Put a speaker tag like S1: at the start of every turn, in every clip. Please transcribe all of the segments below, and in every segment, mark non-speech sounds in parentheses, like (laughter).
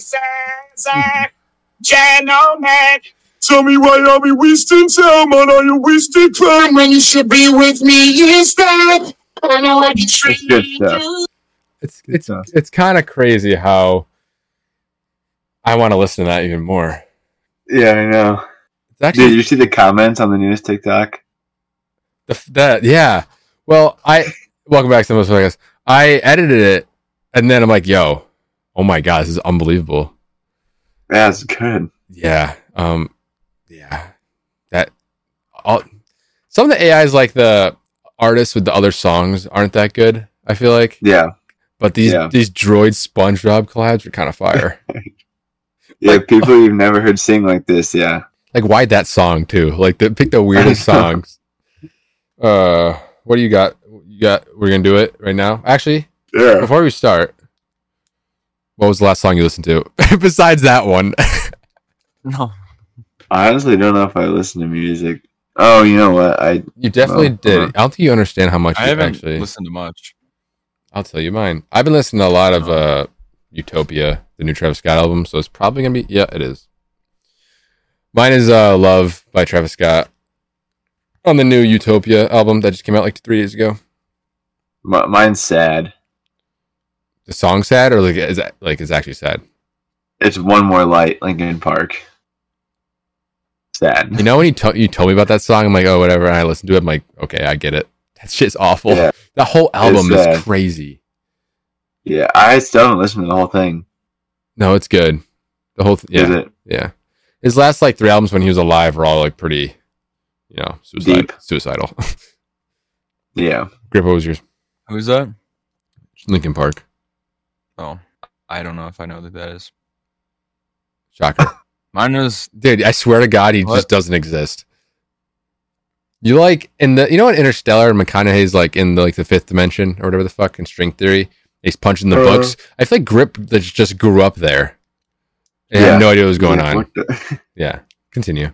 S1: Zach, eh? gentlemen. Tell me why y'all be wasting time on all your wasted time when you should be with me instead. I don't know what you treat
S2: good stuff.
S1: you.
S3: It's
S2: Good
S3: it's
S2: stuff.
S3: it's kind of crazy how I want to listen to that even more.
S2: Yeah, I know.
S3: It's actually
S2: Did you see the comments on the newest TikTok?
S3: The, f- that yeah. Well, I welcome back to the most podcast. I edited it, and then I'm like, "Yo, oh my god, this is unbelievable."
S2: Yeah, it's good.
S3: Yeah, um, yeah, that all. Some of the AIs, like the artists with the other songs, aren't that good. I feel like,
S2: Yeah,
S3: but these
S2: Yeah.
S3: these droid SpongeBob collabs are kind of fire.
S2: yeah. People
S3: uh,
S2: you've never heard sing like this. Yeah,
S3: like, why that song too? Like, the, pick the
S4: (laughs)
S3: weirdest
S2: I know.
S3: songs. Uh, what do you got? You got? We're gonna do it right now. Actually,
S2: yeah.
S3: Before we start, what was the last song you listened to (laughs) besides that one?
S4: No.
S2: I honestly don't know if I listen to music. Oh, you know what? I
S3: you definitely
S2: Well,
S3: did.
S2: uh-huh.
S3: I don't think you understand how much
S4: Uh, I
S3: you
S4: haven't
S3: actually.
S4: listened to much. Uh-huh.
S3: I'll tell you mine. I've been listening to a lot of uh, Utopia, the new Travis Scott album, so it's probably gonna be yeah, it is. Mine is uh, "Love" by Travis Scott on the new Utopia album that just came out like three days ago.
S2: mi- mine's sad.
S3: The song sad or like is that, like it's actually sad.
S2: It's one more light, Lincoln Park. Sad.
S3: You know when you to- you told me about that song, I'm like, oh whatever. And I listened to it, I'm like, okay, I get it. That shit's awful.
S2: Yeah.
S3: That whole album is
S2: sad.
S3: crazy.
S2: Yeah, I still haven't listened to the whole thing.
S3: No, it's good. The whole th-
S2: Is
S3: yeah,
S2: it?
S3: yeah. His last like three albums when he was alive were all like pretty, you know, suicide,
S2: Deep.
S3: suicidal. (laughs)
S2: Yeah.
S3: Grip, what was yours?
S4: Who's that?
S3: Lincoln Park.
S4: Oh, I don't know if I know who that is.
S3: Shocker,
S4: Mine is
S3: dude! I swear to God, he just
S4: What?
S3: doesn't exist. You like in the you know in Interstellar, McConaughey's like in the, like the fifth dimension or whatever the fuck in string theory. He's punching the
S2: Uh.
S3: books. I feel like Grip that just grew up there. And
S2: Yeah.
S3: had no idea what was going
S2: Yeah,
S3: on.
S2: what the-
S3: Yeah, continue.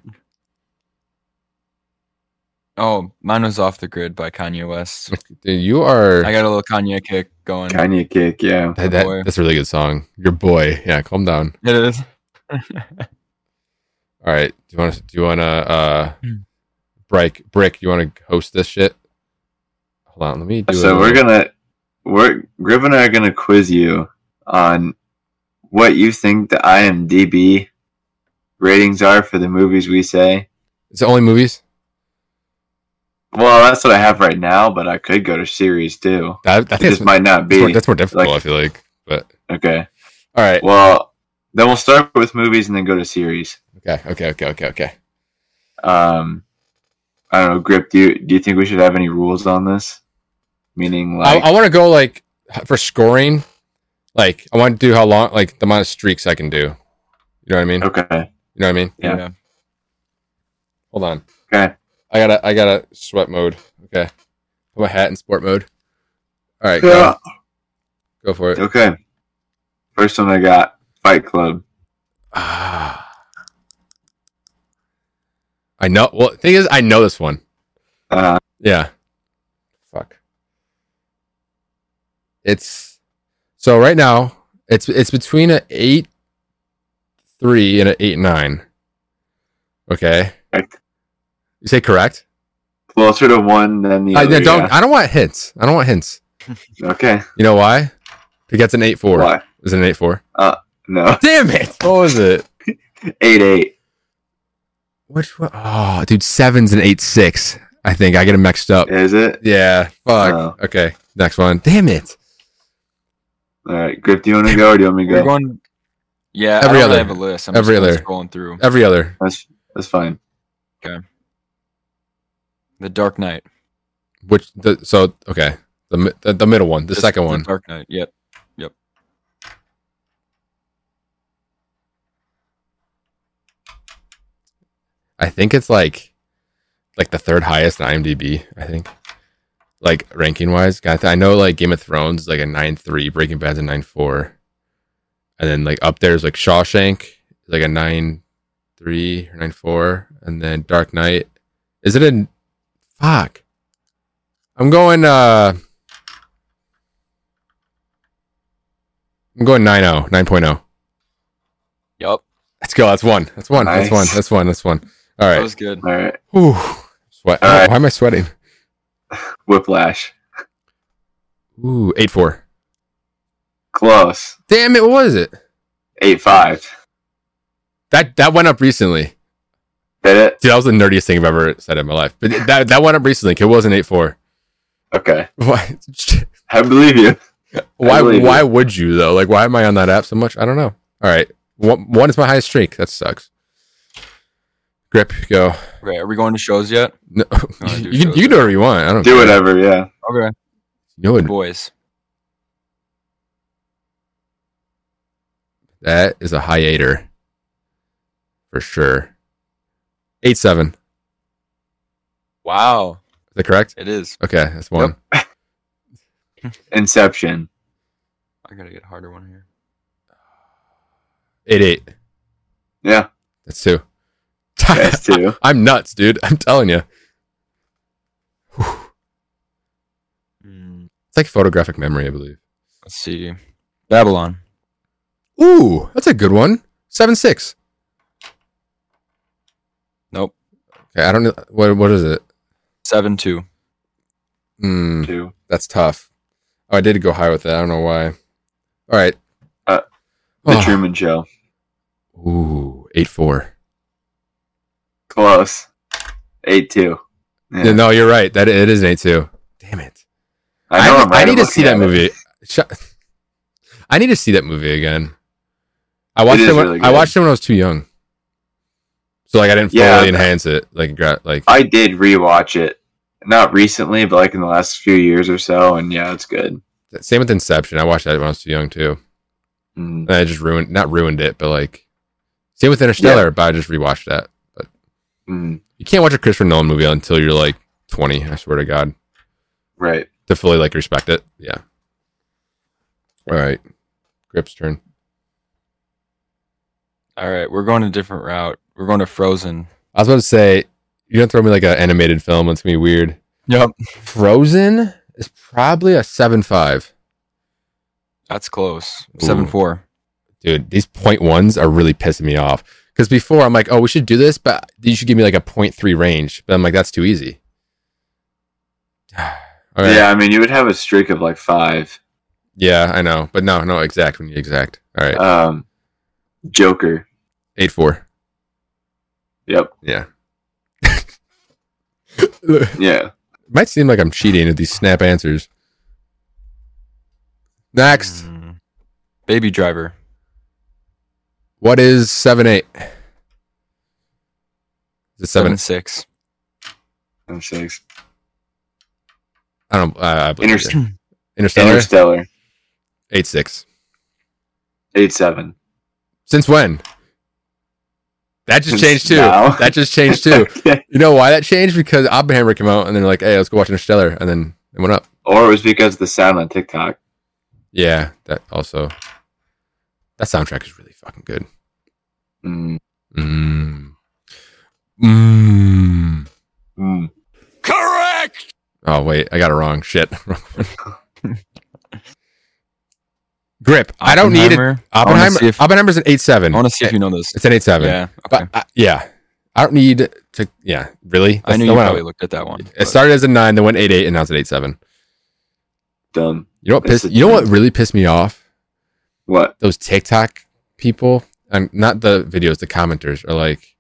S4: oh, mine was off the grid by Kanye West.
S3: Dude, you are.
S4: I got a little Kanye kick going.
S2: Kanye kick, yeah.
S3: That,
S4: My
S3: that-
S4: boy.
S3: that's a really good song. Your boy. Yeah, calm down.
S4: It is.
S3: All right. Do you want to? Do you want to? Uh,
S4: Hmm.
S3: break brick. You want to host this shit? Hold on. Let me do.
S2: So
S3: a-
S2: we're gonna we're Griff and I are gonna quiz you on what you think the IMDB ratings are for the movies we say.
S3: It's the only movies.
S2: Well, that's what I have right now, but I could go to series too.
S3: That,
S2: It
S3: I think that's,
S2: just might not
S3: that's, more,
S2: be.
S3: that's more difficult.
S2: like-
S3: I feel like. But
S2: Okay.
S3: all right.
S2: Well, then we'll start with movies and then go to series.
S3: Okay. Okay. Okay. Okay. Okay.
S2: Um, I don't know, Grip. Do you do you think we should have any rules on this? Meaning, like,
S3: I, I want to go like for scoring. Like I want to do how long, like the amount of streaks I can do. You know what I mean?
S2: okay,
S3: You know what I mean?
S2: Yeah.
S3: Hold on.
S2: okay,
S3: I gotta. I gotta sweat mode. Okay. Put my hat in sport mode. All right.
S2: Yeah.
S3: Go, go for it.
S2: okay. First one I got Fight Club.
S3: Ah. I know. Well, thing is, I know this one.
S2: Uh,
S3: Yeah. Fuck. It's so right now. It's it's between an eight three and an eight nine. Okay.
S2: Correct.
S3: You say correct?
S2: closer to one than the
S3: I,
S2: other.
S3: don't. I don't want hints. I don't want hints.
S2: yeah. Okay.
S3: You know why? Because it's an eight four.
S2: Why?
S3: Is it an eight four?
S2: No. (laughs)
S3: Damn it! What was it?
S2: Eight eight.
S3: Which one? Oh, dude, seven's an eight six. I think I get them mixed up.
S2: Is it?
S3: Uh, Yeah. Fuck.
S2: Oh.
S3: Okay. Next one. Damn it.
S2: All right. Grip, do you want to go or do you want me to
S4: We're
S2: go?
S4: going. Yeah,
S3: Every
S4: I don't
S3: other.
S4: really have a list. I'm
S3: Every
S4: just
S3: other.
S4: scrolling through
S3: Every other.
S2: That's that's fine.
S4: the Dark Knight.
S3: Which the so okay the mi- the, the middle one the
S4: This-
S3: second one
S4: Dark Knight. Yep.
S3: I think it's like like the third highest in IMDb I think like ranking wise God, I know like Game of Thrones is like a nine three Breaking Bad's a nine four and then like up there is like Shawshank like a nine three or nine four and then Dark Knight is it a fuck I'm going uh oh, I'm going 9.0 9.0
S4: Yup.
S3: Let's go. That's one. That's one. That's one.
S2: Nice.
S3: That's one. That's one. All
S4: That
S3: right.
S4: was good.
S2: All right.
S3: Whew. Sweat.
S2: All right.
S3: Why am I sweating?
S2: Whiplash.
S3: Ooh, eight four.
S2: Close.
S3: Damn it! What was it?
S2: Eight five.
S3: That that went up recently.
S2: Did it?
S3: Dude, that was the nerdiest thing I've ever said in my life. But that that went up recently. 'cause It wasn't eight four. (laughs)
S2: Okay.
S3: Why?
S2: I believe
S3: (laughs)
S2: you.
S3: Why?
S2: believe
S3: Why
S2: you.
S3: would you though? Like, why am I on that app so much? I don't know. All right, one, one is my highest streak. That sucks. Grip, go.
S4: Right. Are we going to shows yet?
S3: No, (laughs)
S4: No, I
S3: you, can,
S4: do shows
S3: you can do whatever you want. I don't
S2: Do
S3: care.
S2: whatever. Yeah.
S4: Okay.
S3: You would-
S4: Boys.
S3: That is a hiator for sure. Eight seven. Is
S4: Wow.
S3: that correct?
S4: It is.
S3: Okay, that's one.
S2: Inception.
S4: I gotta get a harder one here.
S3: Eight eight.
S2: Yeah.
S3: That's two.
S2: That's two.
S3: (laughs) I'm nuts, dude. I'm telling you.
S4: Mm,
S3: It's like photographic memory, I believe.
S4: let's see. Babylon.
S3: Ooh, that's a good one. Seven six.
S4: Nope.
S3: Okay, I don't know what what is it.
S4: Seven two.
S3: Hmm,
S2: two.
S3: that's tough. Oh, I did go high with that. I don't know why. All right.
S2: Uh, The
S3: Oh.
S2: Truman Show.
S3: Ooh, eight four.
S2: Close. Eight two. Yeah.
S3: No, you're right. That it is an eight two. Damn it.
S2: I know. I, am
S3: I
S2: right
S3: need to
S2: I'm
S3: see that
S2: looking at it.
S3: movie. Shut- I need to see that movie again. I watched it.
S2: is
S3: when,
S2: really
S3: I
S2: good.
S3: watched it when I was too young. So like I didn't fully
S2: Yeah.
S3: enhance it. Like gra- like
S2: I did rewatch it. Not recently, but like in the last few years or so, and yeah, it's good.
S3: same with Inception. I watched that when I was too young too.
S2: Mm.
S3: And I just ruined not ruined it, but like same with Interstellar, but I just rewatched that.
S2: Mm.
S3: You can't watch a Christopher Nolan movie until you're like twenty, I swear to God.
S2: Right.
S3: To fully like respect it. Yeah. All right. Grip's turn.
S4: All right, we're going a different route. We're going to Frozen.
S3: I was about to say, you're gonna throw me like an animated film, it's gonna be weird.
S4: Yep.
S3: Frozen is probably a seven five.
S4: That's close.
S3: Ooh.
S4: Seven four.
S3: Dude, these point ones are really pissing me off. Because before I'm like, oh, we should do this, but you should give me like a point three range. But I'm like, that's too easy. (sighs) All right.
S2: Yeah, I mean, you would have a streak of like five.
S3: Yeah, I know. But no, no, exact. We need exact. All right.
S2: Um, Joker.
S3: Eight four.
S2: Yep.
S3: Yeah.
S2: Yeah.
S3: (laughs) might seem like I'm cheating at these snap answers. Next.
S4: Mm. Baby Driver.
S3: What is seven eight? Is it seven?
S4: Seven six.
S2: I'm six.
S3: I don't. uh, I, I believe you.
S2: Interstellar. (clears throat)
S3: Interstellar.
S2: Interstellar.
S3: Eight six.
S2: Eight seven.
S3: Since when? That just
S2: Since
S3: changed too.
S2: now.
S3: That just
S2: (laughs)
S3: changed too.
S2: Okay.
S3: you know why that changed? Because Oppenheimer came out and they're like, "Hey, let's go watch Interstellar," and then it went up.
S2: Or it was because of the sound on TikTok.
S3: Yeah, that also. That soundtrack is really fucking good.
S2: Mm.
S3: Mm. Mm.
S2: Mm.
S4: Correct.
S3: Oh wait, I got it wrong. Shit. (laughs) Grip. I don't need it.
S4: I wanna
S3: Oppenheimer.
S4: see if-
S3: Oppenheimer's an eight seven.
S4: I want to see if you know this.
S3: It's an eight seven.
S4: Yeah.
S3: But
S4: Okay.
S3: I, yeah, I don't need to. Yeah, really.
S4: I
S3: That's
S4: knew you
S3: the one
S4: probably looked at that one.
S3: It
S4: but-
S3: started as a nine, then went eight eight, and now it's an eight seven.
S2: Dumb.
S3: You know what
S2: That's
S3: pissed?
S2: a
S3: You know what
S2: ten.
S3: really pissed me off?
S2: What?
S3: Those TikTok people, and not the videos, the commenters are like,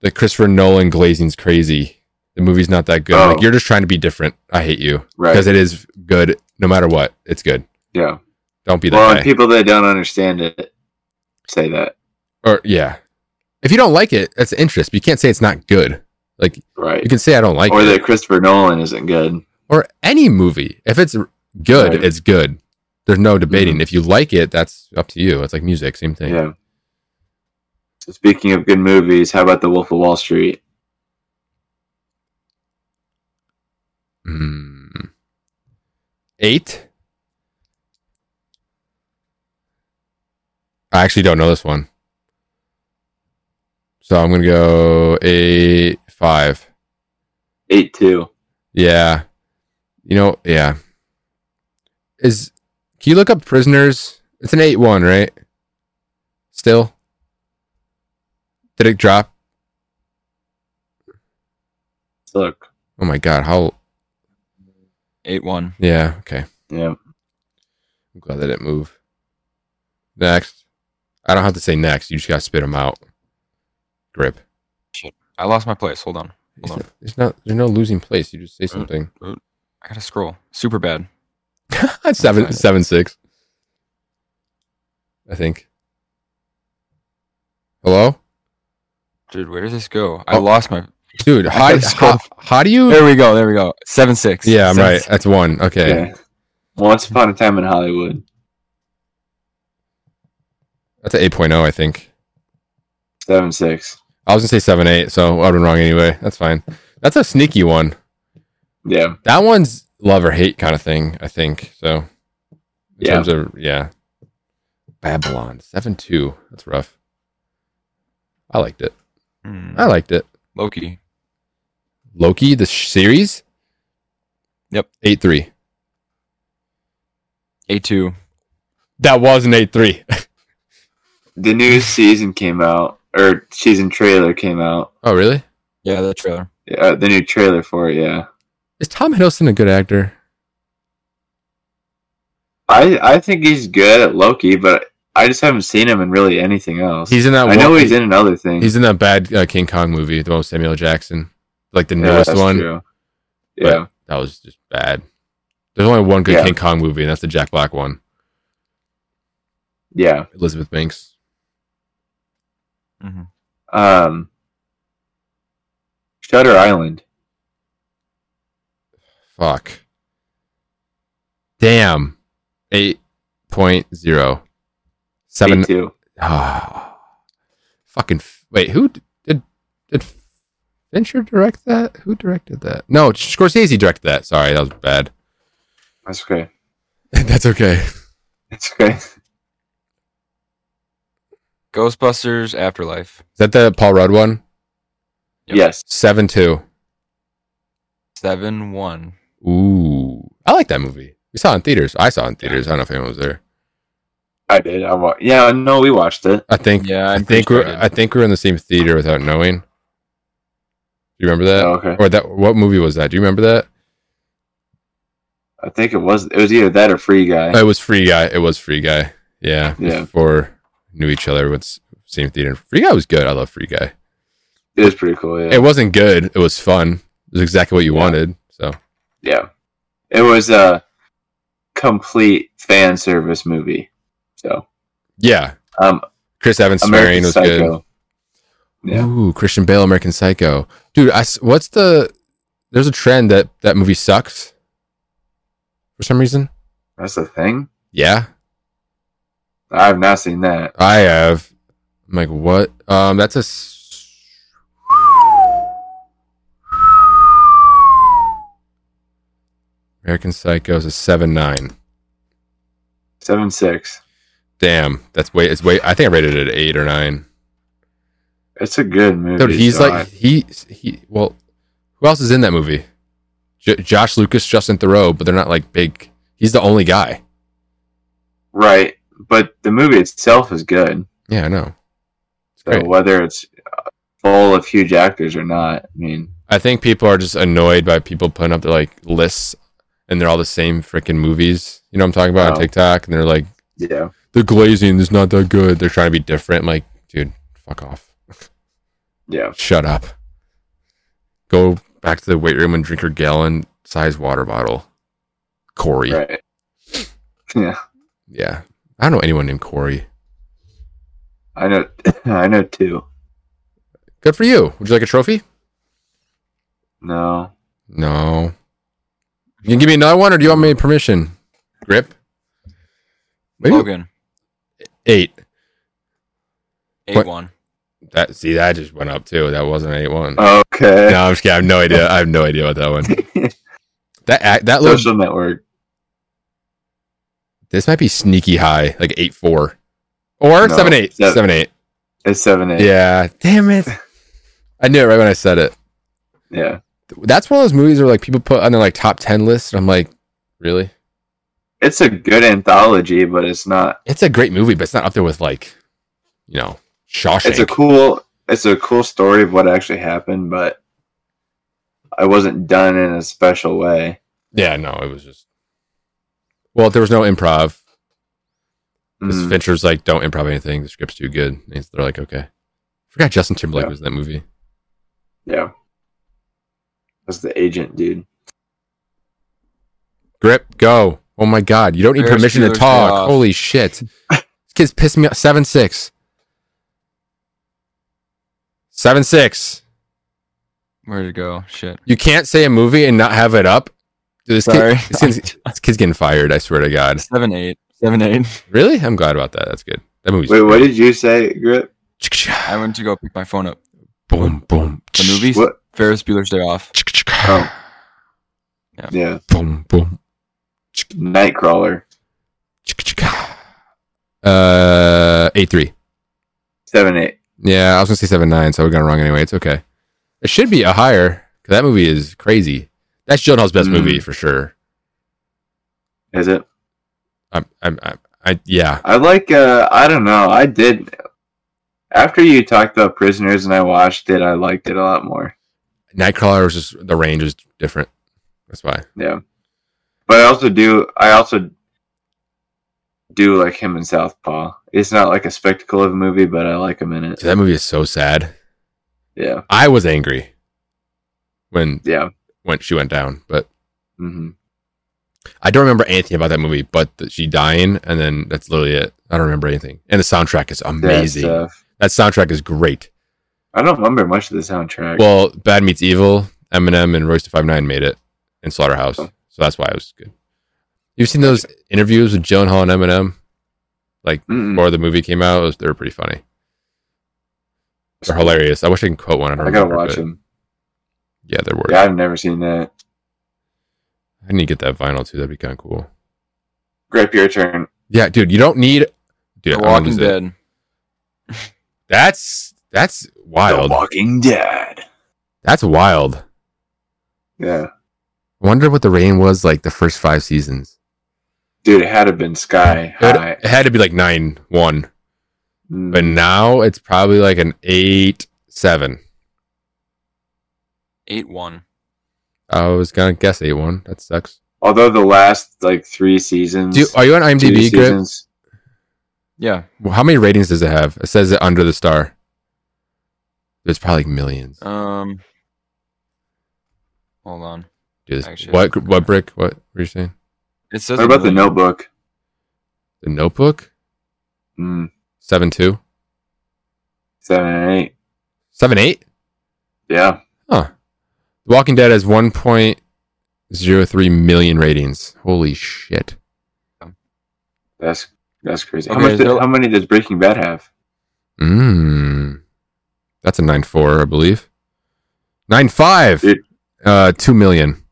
S3: the Christopher Nolan glazing's crazy. The movie's not that good.
S2: Oh.
S3: Like you're just trying to be different. I hate you
S2: Right.
S3: because it is good no matter what. It's good.
S2: Yeah.
S3: Don't be that
S2: Well,
S3: guy.
S2: and people that don't understand it say that.
S3: or yeah, if you don't like it, that's interest. But you can't say it's not good. Like
S2: Right.
S3: you can say I don't like uh,
S2: or
S3: it.
S2: that Christopher Nolan isn't good.
S3: or any movie. If it's good,
S2: Right. Mm-hmm.
S3: it's good. There's no debating. If you like it, that's up to you. It's like music, same thing.
S2: Yeah. So speaking of good movies, how about The Wolf of Wall Street?
S3: Mm. Eight. I actually don't know this one, so I'm gonna go eight five.
S2: Eight two.
S3: Yeah, you know, yeah. Is can you look up prisoners? It's an eight one, right? Still, Did it drop?
S2: Look.
S3: Oh my god! How?
S4: Eight one.
S3: Yeah. Okay.
S2: Yeah.
S3: I'm glad that it moved. Next. I don't have to say next. You just gotta spit them out. Grip.
S4: I lost my place. Hold on.
S3: It's
S4: Hold
S3: not, it's not. There's no losing place. You just say something.
S4: I gotta scroll. Super bad.
S3: (laughs) seven
S4: Alright.
S3: seven six. I think. Hello,
S4: Dude, where does this go? I
S3: Oh.
S4: lost my.
S3: dude. How,
S4: gotta scroll.
S3: how, how do you?
S4: There we go. There we go. Seven six.
S3: Yeah, I'm
S4: Seven,
S3: right.
S4: six.
S3: That's one. Okay.
S2: Okay. Once upon a time in Hollywood.
S3: That's an 8.0, I think.
S2: Seven six.
S3: I was gonna say seven eight, so I've been wrong anyway. That's fine. That's a sneaky one.
S2: Yeah.
S3: That one's love or hate kind of thing, I think. So in
S2: Yeah.
S3: terms of yeah. Babylon. Seven two. That's rough. I liked it.
S4: Hmm.
S3: I liked it.
S4: Loki.
S3: Loki, the sh- series?
S4: Yep.
S3: Eight three.
S4: Eight two.
S3: That was an eight three.
S2: The new season came out, or season trailer came out.
S3: oh really?
S4: Yeah, that trailer.
S2: Uh, the new trailer for it. Yeah.
S3: Is Tom Hiddleston a good actor?
S2: I I think he's good at Loki, but I just haven't seen him in really anything else.
S3: He's in that
S2: I know
S3: one-
S2: he's in another thing.
S3: He's in that bad uh, King Kong movie, the one with Samuel L. Jackson. Like the
S2: Yeah,
S3: newest
S2: that's
S3: one.
S2: true. Yeah.
S3: That was just bad. There's only one good
S2: Yeah.
S3: King Kong movie, and that's the Jack Black one.
S2: Yeah.
S3: Elizabeth Banks. Mm-hmm.
S2: Um. Shutter Island.
S3: Fuck. Damn. 8.0.
S2: Me
S3: 7.
S2: too.
S3: Ah. fucking. F- wait, who d- did. Did Fincher direct that? Who directed that? No, Scorsese directed that. Sorry, that was
S2: (laughs)
S3: bad.
S2: That's okay.
S3: That's okay.
S2: That's okay.
S4: Ghostbusters Afterlife.
S3: Is that the Paul Rudd one?
S4: Yep.
S2: Yes.
S3: 7 2.
S4: Seven one.
S3: Ooh. I like that movie. We saw it in theaters. I saw it in theaters. I don't know if anyone was there.
S2: I did. I wa- yeah, no, we watched it.
S3: I think
S4: Yeah,
S3: I
S4: I'm pretty
S3: think
S4: sure
S3: we're
S4: I did.
S3: I think we're in the same theater without knowing. Do you remember that?
S2: Oh, okay.
S3: Or that what movie was that? Do you remember that?
S2: I think it was it was either that or Free Guy.
S3: Oh, it was Free Guy. It was Free Guy. Yeah.
S2: Yeah.
S3: Before knew each other with same theater. Free Guy was good. I love Free Guy.
S2: It was pretty cool. Yeah.
S3: It wasn't good. It was fun. It was exactly what you
S2: Yeah.
S3: wanted. So
S2: yeah. It was a complete fan service movie. So,
S3: yeah.
S2: um,
S3: Chris Evans
S2: American
S3: swearing was good.
S2: Psycho. Yeah.
S3: Ooh, Christian Bale, American Psycho. Dude, I s what's the there's a trend that that movie sucks for some reason.
S2: That's the thing.
S3: Yeah.
S2: I've not seen that.
S3: I have. I'm like, what? Um, that's a. s- American Psycho is a seven nine.
S2: Seven six.
S3: Damn, that's way. It's way. I think I rated it at eight or nine.
S2: It's a good movie.
S3: Dude, he's
S2: so
S3: like he he. Well, who else is in that movie? J- Josh Lucas, Justin Thoreau, but they're not like big. He's the only guy.
S2: I- right, but the movie itself is good.
S3: Yeah, I know. It's
S2: So
S3: great.
S2: whether it's uh, full of huge actors or not, I mean,
S3: I think people are just annoyed by people putting up their like lists and they're all the same freaking movies. You know what I'm talking about
S2: Oh.
S3: on TikTok and they're like
S2: yeah,
S3: the glazing is not that good. They're trying to be different. I'm like, dude, fuck off.
S2: yeah,
S3: Shut up. Go back to the weight room and drink your gallon size water bottle. Corey.
S2: right, (laughs) yeah.
S3: Yeah. I don't know anyone named Corey.
S2: I know, (laughs) I know two.
S3: Good for you. Would you like a trophy?
S2: No,
S3: No. You can give me another one or do you want me permission? Grip? Maybe
S4: Logan.
S3: eight.
S4: Eight one.
S3: That see, that just went up too. That wasn't eight one.
S2: Okay.
S3: no, I'm just kidding. I have no idea. I have no idea about that one.
S2: (laughs)
S3: That act, that little,
S2: Social network.
S3: this might be sneaky high, like eight four, or
S2: No,
S3: seven eight,
S2: seven-
S3: seven eight.
S2: It's seven eight.
S3: Yeah, damn it. I knew it right when I said it.
S2: Yeah.
S3: That's one of those movies where like people put on their like top ten list, and I'm like, really?
S2: It's a good anthology, but it's not
S3: It's a great movie, but it's not up there with like, you know, Shawshank.
S2: it's a cool it's a cool story of what actually happened, but I wasn't done in a special way.
S3: Yeah, no, it was just. Well, there was no improv. 'cause
S2: Mm,
S3: Fincher's like, don't improv anything. The script's too good. And they're like, okay. forgot Justin Timberlake
S2: Yeah.
S3: was in that movie.
S2: yeah, that's the agent, dude.
S3: Grip, go. Oh my God. You don't need
S4: Ferris
S3: permission to
S4: Bueller's Day
S3: talk.
S4: Off.
S3: Holy shit.
S2: (laughs)
S3: This kid's pissed me off. 7 6. 7 6.
S4: Where'd it go? Shit.
S3: You can't say a movie and not have it up. Dude, this, kid-
S4: Sorry. (laughs)
S3: this kid's, this kid's getting fired. I swear to God.
S4: Seven eight. Seven eight.
S3: Really? I'm glad about that. That's good. That movie's
S2: Wait, what did you say, Grip?
S4: I went to go pick my phone up.
S3: boom, boom.
S4: The movie
S2: What?
S4: Ferris Bueller's Day Off.
S2: Oh. Yeah,
S3: Boom, boom.
S2: Nightcrawler,
S3: Uh, eight three.
S2: seven eight.
S3: Yeah, I was gonna say seven nine, so we got it wrong anyway. It's okay. It should be a higher because that movie is crazy. That's Gyllenhaal's best
S2: Mm.
S3: movie for sure.
S2: Is it?
S3: I'm, I'm, I'm, I yeah.
S2: I like. Uh, I don't know. I did. After you talked about prisoners and I watched it, I liked it a lot more.
S3: Nightcrawler was just the range is different. That's why.
S2: Yeah, but I also do. I also do like him in Southpaw. It's not like a spectacle of a movie, but I like him in it.
S3: Dude, that movie is so sad.
S2: Yeah,
S3: I was angry when
S2: yeah.
S3: when she went down, but
S2: hmm
S3: I don't remember anything about that movie, but that she dying, and then that's literally it. I don't remember anything. And the soundtrack is amazing.
S2: Sad stuff.
S3: that soundtrack is great.
S2: I don't remember much of the soundtrack.
S3: Well, Bad Meets Evil, Eminem, and Royce Five Nine made it in Slaughterhouse, so
S2: Oh.
S3: that's why it was good. You've seen those interviews with Gyllenhaal and Eminem
S2: Mm-mm.
S3: before the movie came out? It was- they were pretty funny. They're hilarious. I wish I can quote one. I don't
S2: I gotta
S3: remember,
S2: watch
S3: but
S2: him.
S3: Yeah, they're worth.
S2: Yeah, I've never seen that.
S3: I need to get that vinyl too. That'd be kind of cool.
S2: Grip your turn.
S3: Yeah, dude, you don't need. Dude,
S4: The
S3: I'm gonna
S4: Walking
S3: lose it.
S4: Dead.
S3: That's that's
S2: The
S3: wild.
S2: Walking Dead.
S3: That's wild.
S2: Yeah,
S3: Wonder what the rain was like the first five seasons.
S2: dude, it had to have been sky
S3: It,
S2: high.
S3: it had to be like nine one,
S2: Mm.
S3: but now it's probably like an eight seven.
S4: Eight one.
S3: I was gonna guess eight one. That sucks.
S2: Although the last like three seasons,
S3: Do you, are you on
S2: two
S3: IMDb? Grip?
S2: seasons,
S4: Yeah.
S3: Well, How many ratings does it have? It says it under the star. There's probably like millions.
S4: Um. Hold on.
S3: Dude, this-
S4: actually,
S3: what
S4: that's-
S3: what brick? What were you saying?
S4: It says.
S2: what
S4: a
S2: about the
S4: million.
S2: Notebook?
S3: The Notebook
S2: Mm,
S3: seven two
S2: seven and eight.
S3: seven eight.
S2: Yeah,
S3: Huh. The Walking Dead has one point zero three million ratings. Holy shit.
S2: that's that's crazy. how,
S4: Okay,
S2: much
S4: is
S2: did-
S4: there-
S2: how many does Breaking Bad have?
S3: Mm. That's a nine four, I believe. Nine five.
S2: It-
S3: Uh, two million.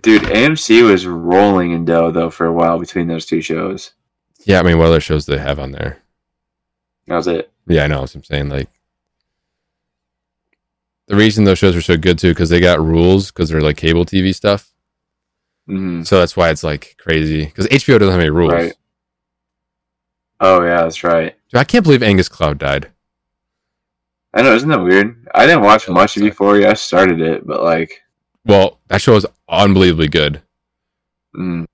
S2: Dude, AMC was rolling in dough though for a while between those two shows.
S3: Yeah, I mean, what other shows do they have on there?
S2: That was it.
S3: Yeah, I know. That's what I'm saying like the reason those shows were so good too because they got rules because they're like cable TV stuff.
S2: Mhm.
S3: So that's why it's like crazy because HBO doesn't have any rules.
S2: Right. Oh yeah, that's right.
S3: Dude, I can't believe Angus Cloud died.
S2: I know, isn't that weird? I didn't watch
S4: Yeah,
S2: much
S4: that's-
S2: before I started it, but like,
S3: Well, that show is unbelievably good.
S2: mm,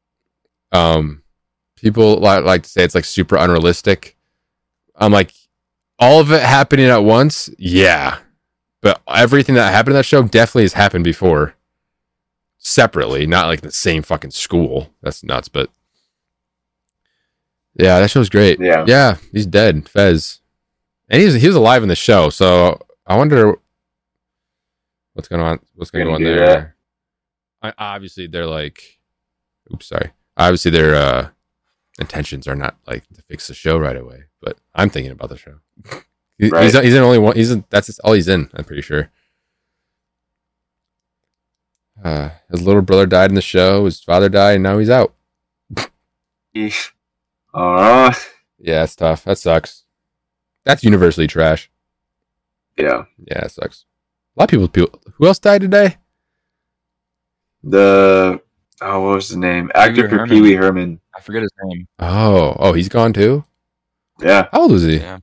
S3: um people li- like to say it's like super unrealistic i'm like all of it happening at once yeah but everything that happened in that show definitely has happened before separately not like the same fucking school that's nuts but yeah that show's great
S2: yeah.
S3: yeah he's dead fez and he's he was alive in the show so i wonder what's going on what's going
S2: Gonna
S3: on
S2: do
S3: there I, obviously they're like oops sorry obviously their uh intentions are not like to fix the show right away but i'm thinking about the show He-
S2: Right.
S3: he's, he's in only one he's in that's all he's in i'm pretty sure uh, his little brother died in the show his father died and now he's out
S2: Eesh. Uh,
S3: yeah it's tough that sucks that's universally trash
S2: yeah.
S3: Yeah, it sucks. A lot of people. people who else died today?
S2: The oh, what was the name? Actor
S4: Pee
S2: for
S4: Wee Herman.
S2: Pee Wee Herman.
S4: I forget his name.
S3: Oh, oh, he's gone too.
S2: Yeah,
S3: How old was he?
S4: Yeah.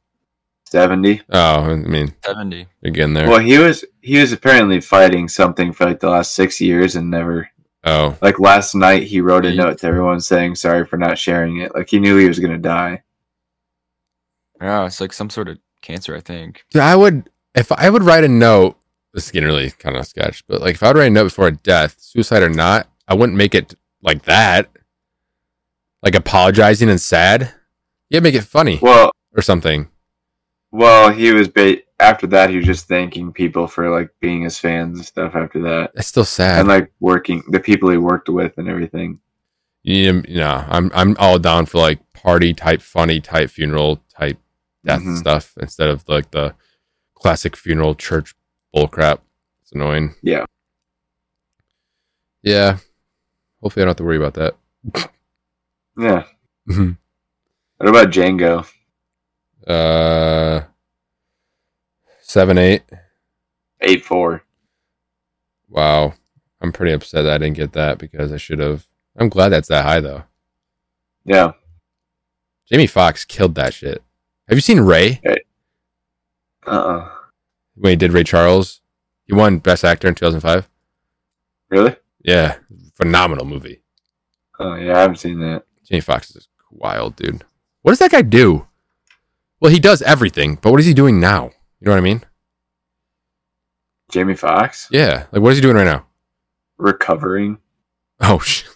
S2: Seventy.
S3: Oh, I mean,
S4: 70.
S3: you're getting there.
S2: Well, he was he was apparently fighting something for like the last six years and never
S3: Oh,
S2: like last night he wrote a
S4: Ye-
S2: note to everyone saying sorry for not sharing it. Like he knew he was gonna die.
S4: Yeah, it's like some sort of cancer, I think. (laughs)
S3: dude, I would if I would write a note. This is getting really kind of sketch, but like if I would write a note before a death, suicide or not, I wouldn't make it like that. Like apologizing and sad. Yeah, make it funny
S2: Well,
S3: or something.
S2: well, he was ba- after that he was just thanking people for like being his fans and stuff after that.
S3: That's still sad.
S2: And like working the people he worked with and everything.
S3: yeah, you know, I'm I'm all down for like party type, funny type, funeral type death
S2: Mhm.
S3: stuff instead of like the classic funeral church bullcrap. It's annoying.
S2: Yeah.
S3: Yeah. Hopefully, I don't have to worry about that.
S2: Yeah.
S3: Mhm.
S2: What about Django?
S3: Uh, seven eight.
S2: Eight four.
S3: Wow, I'm pretty upset that I didn't get that because I should have. I'm glad that's that high though.
S2: Yeah.
S3: Jamie Foxx killed that shit. Have you seen Ray?
S2: Uh uh
S3: When he did Ray Charles, he won Best Actor in 2005.
S2: Really?
S3: Yeah, phenomenal movie.
S2: Oh yeah, I haven't seen that.
S3: Jamie Foxx is wild, dude. What does that guy do? Well, he does everything, but what is he doing now? You know what I mean?
S2: Jamie Foxx?
S3: Yeah, like what is he doing right now? (laughs)
S2: Recovering.
S3: Oh shit.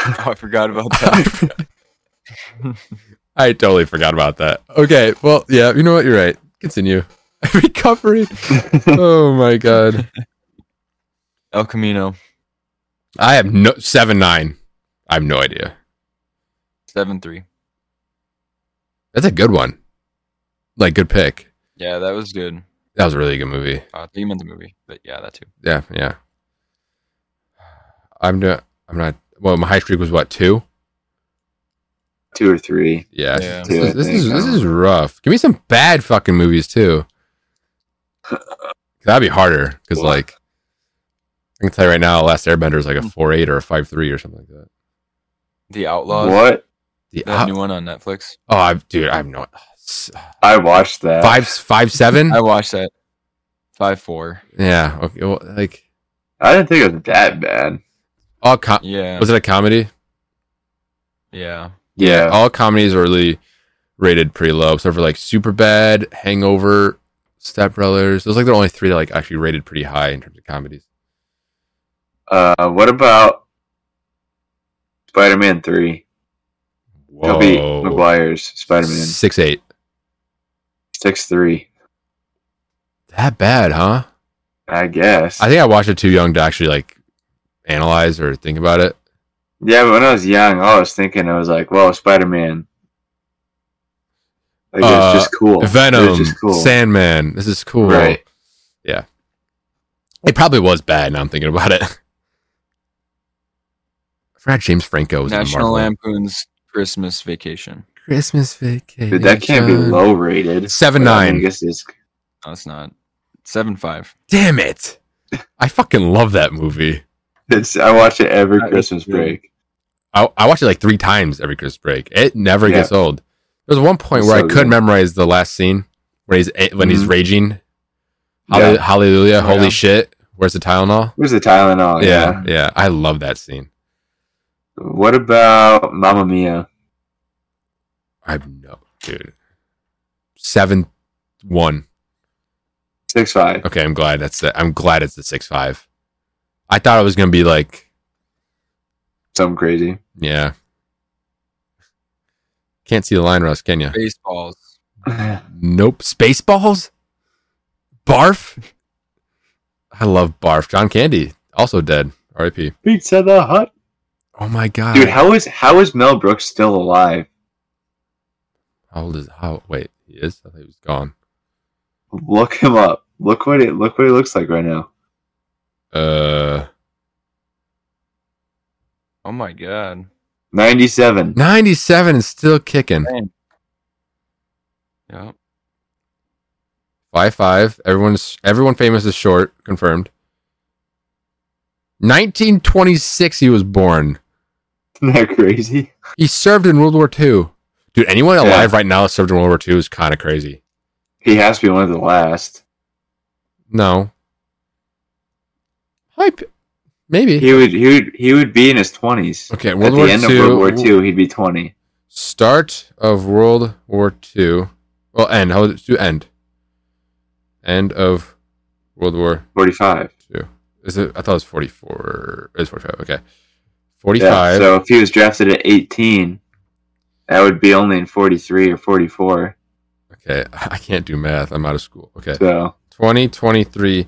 S4: Oh, I forgot about that.
S3: I totally forgot about that. Okay, well, yeah, you know what? You're right. Continue. (laughs) Recovery. Oh my (laughs) god.
S4: El Camino,
S3: I have no seven nine. I have no idea.
S4: 7 3.
S3: That's a good one. Like good pick.
S4: Yeah, that was good.
S3: That was a really good movie.
S4: Uh, I think you meant the movie, but yeah, that too.
S3: Yeah, yeah. I'm not. I'm not. Well, my high streak was what two?
S2: Two or three.
S3: Yeah.
S4: Yeah.
S3: This, is,
S2: Two, I
S3: this is
S2: think.
S3: this is rough. Give me some bad fucking movies
S4: (laughs)
S3: too. That'd be harder because like I can tell you right now, Last Airbender is like
S4: Hmm.
S3: a four eight or a five three or something like that.
S4: The Outlaws.
S2: What?
S3: The
S4: That
S3: Out-
S4: new one on Netflix.
S3: oh, I've, dude, I have no s-
S2: I watched that.
S3: five five seven.
S4: Uh, I watched that. 5 4.
S3: (laughs) yeah. Okay. Well, like
S2: I didn't think it was that bad.
S3: all com-
S4: Yeah.
S3: was it a comedy?
S4: Yeah.
S2: Yeah.
S3: all comedies are really rated pretty low. So for like Super Bad, Hangover, Step Brothers, those like the only three that like actually rated pretty high in terms of comedies.
S2: Uh, what about Spider-Man Three? Toby McGuire's Spider-Man
S3: Six eight.
S2: Six Three.
S3: That bad, huh?
S2: I guess.
S3: I think I watched it too young to actually like analyze or think about it.
S2: yeah, but when I was young, all I was thinking I was like, "Well, Spider-Man." Like it
S3: Uh,
S2: was just cool. It
S3: Venom,
S2: was just cool.
S3: Sandman. This is cool.
S2: Right.
S3: It probably was bad. Now I'm thinking about it. (laughs) I forgot James Franco was in
S4: National
S3: Marvel.
S4: Lampoon's Christmas Vacation.
S3: Christmas Vacation.
S2: Dude, that can't be low rated.
S3: Seven
S2: But, I mean, I
S3: nine.
S2: guess it's
S4: No, it's not. 7 5.
S3: Damn it! I fucking love that movie.
S2: It's I watch it every
S4: That is
S2: Christmas
S4: good.
S2: break.
S3: I, I watch it like three times every Christmas break. It never
S2: Yeah.
S3: gets old. There was one point
S2: It's
S3: where I
S2: so
S3: couldn't
S2: good.
S3: memorize the last scene when he's when he's
S2: Mhm.
S3: raging. Halle-
S2: Yeah.
S3: Hallelujah!
S4: Oh,
S3: holy
S4: yeah.
S3: shit! Where's the Tylenol?
S2: Where's the Tylenol?
S3: yeah, yeah. I love that scene.
S2: What about Mamma Mia?
S3: I have no dude. Seven one.
S2: Six five.
S3: Okay, I'm glad that's the. I'm glad it's the six five. I thought it was gonna be like
S2: Something crazy.
S3: yeah. Can't see the line, Russ. Can you?
S4: Baseballs.
S3: Nope. Spaceballs? Barf? I love Barf. John Candy, also dead. R.I.P.
S2: (laughs) Pizza the Hut.
S3: Oh my god.
S2: Dude, how is how is Mel Brooks still alive?
S3: How old is how wait, he is? I thought he was gone.
S2: Look him up. Look what it look what he looks like right now.
S3: Uh
S4: Oh my God.
S2: Ninety seven.
S3: ninety seven and still kicking.
S4: Yep.
S3: Five five. Everyone's everyone famous is short, confirmed. Nineteen twenty six he was born.
S2: (laughs) Isn't that crazy?
S3: He served in World War II. Dude, anyone
S2: Yeah.
S3: alive right now that served in World War II is kinda crazy.
S2: He has to be one of the last.
S3: No. Hype. Maybe.
S2: He would he would he would be in his twenties.
S3: okay,
S2: At
S3: World
S2: the
S3: War
S2: end
S3: II.
S2: of World War Two, he'd be twenty.
S3: Start of World War II. Well, end. How to end? End of World War
S2: Forty five.
S3: II. Is it? I thought it was forty-four. It's forty-five. Okay,
S2: Yeah.
S3: forty-five.
S2: So if he was drafted at eighteen, that would be only in forty three or forty four.
S3: okay, (laughs) I can't do math. I'm out of school. Okay,
S2: So
S3: twenty twenty-three.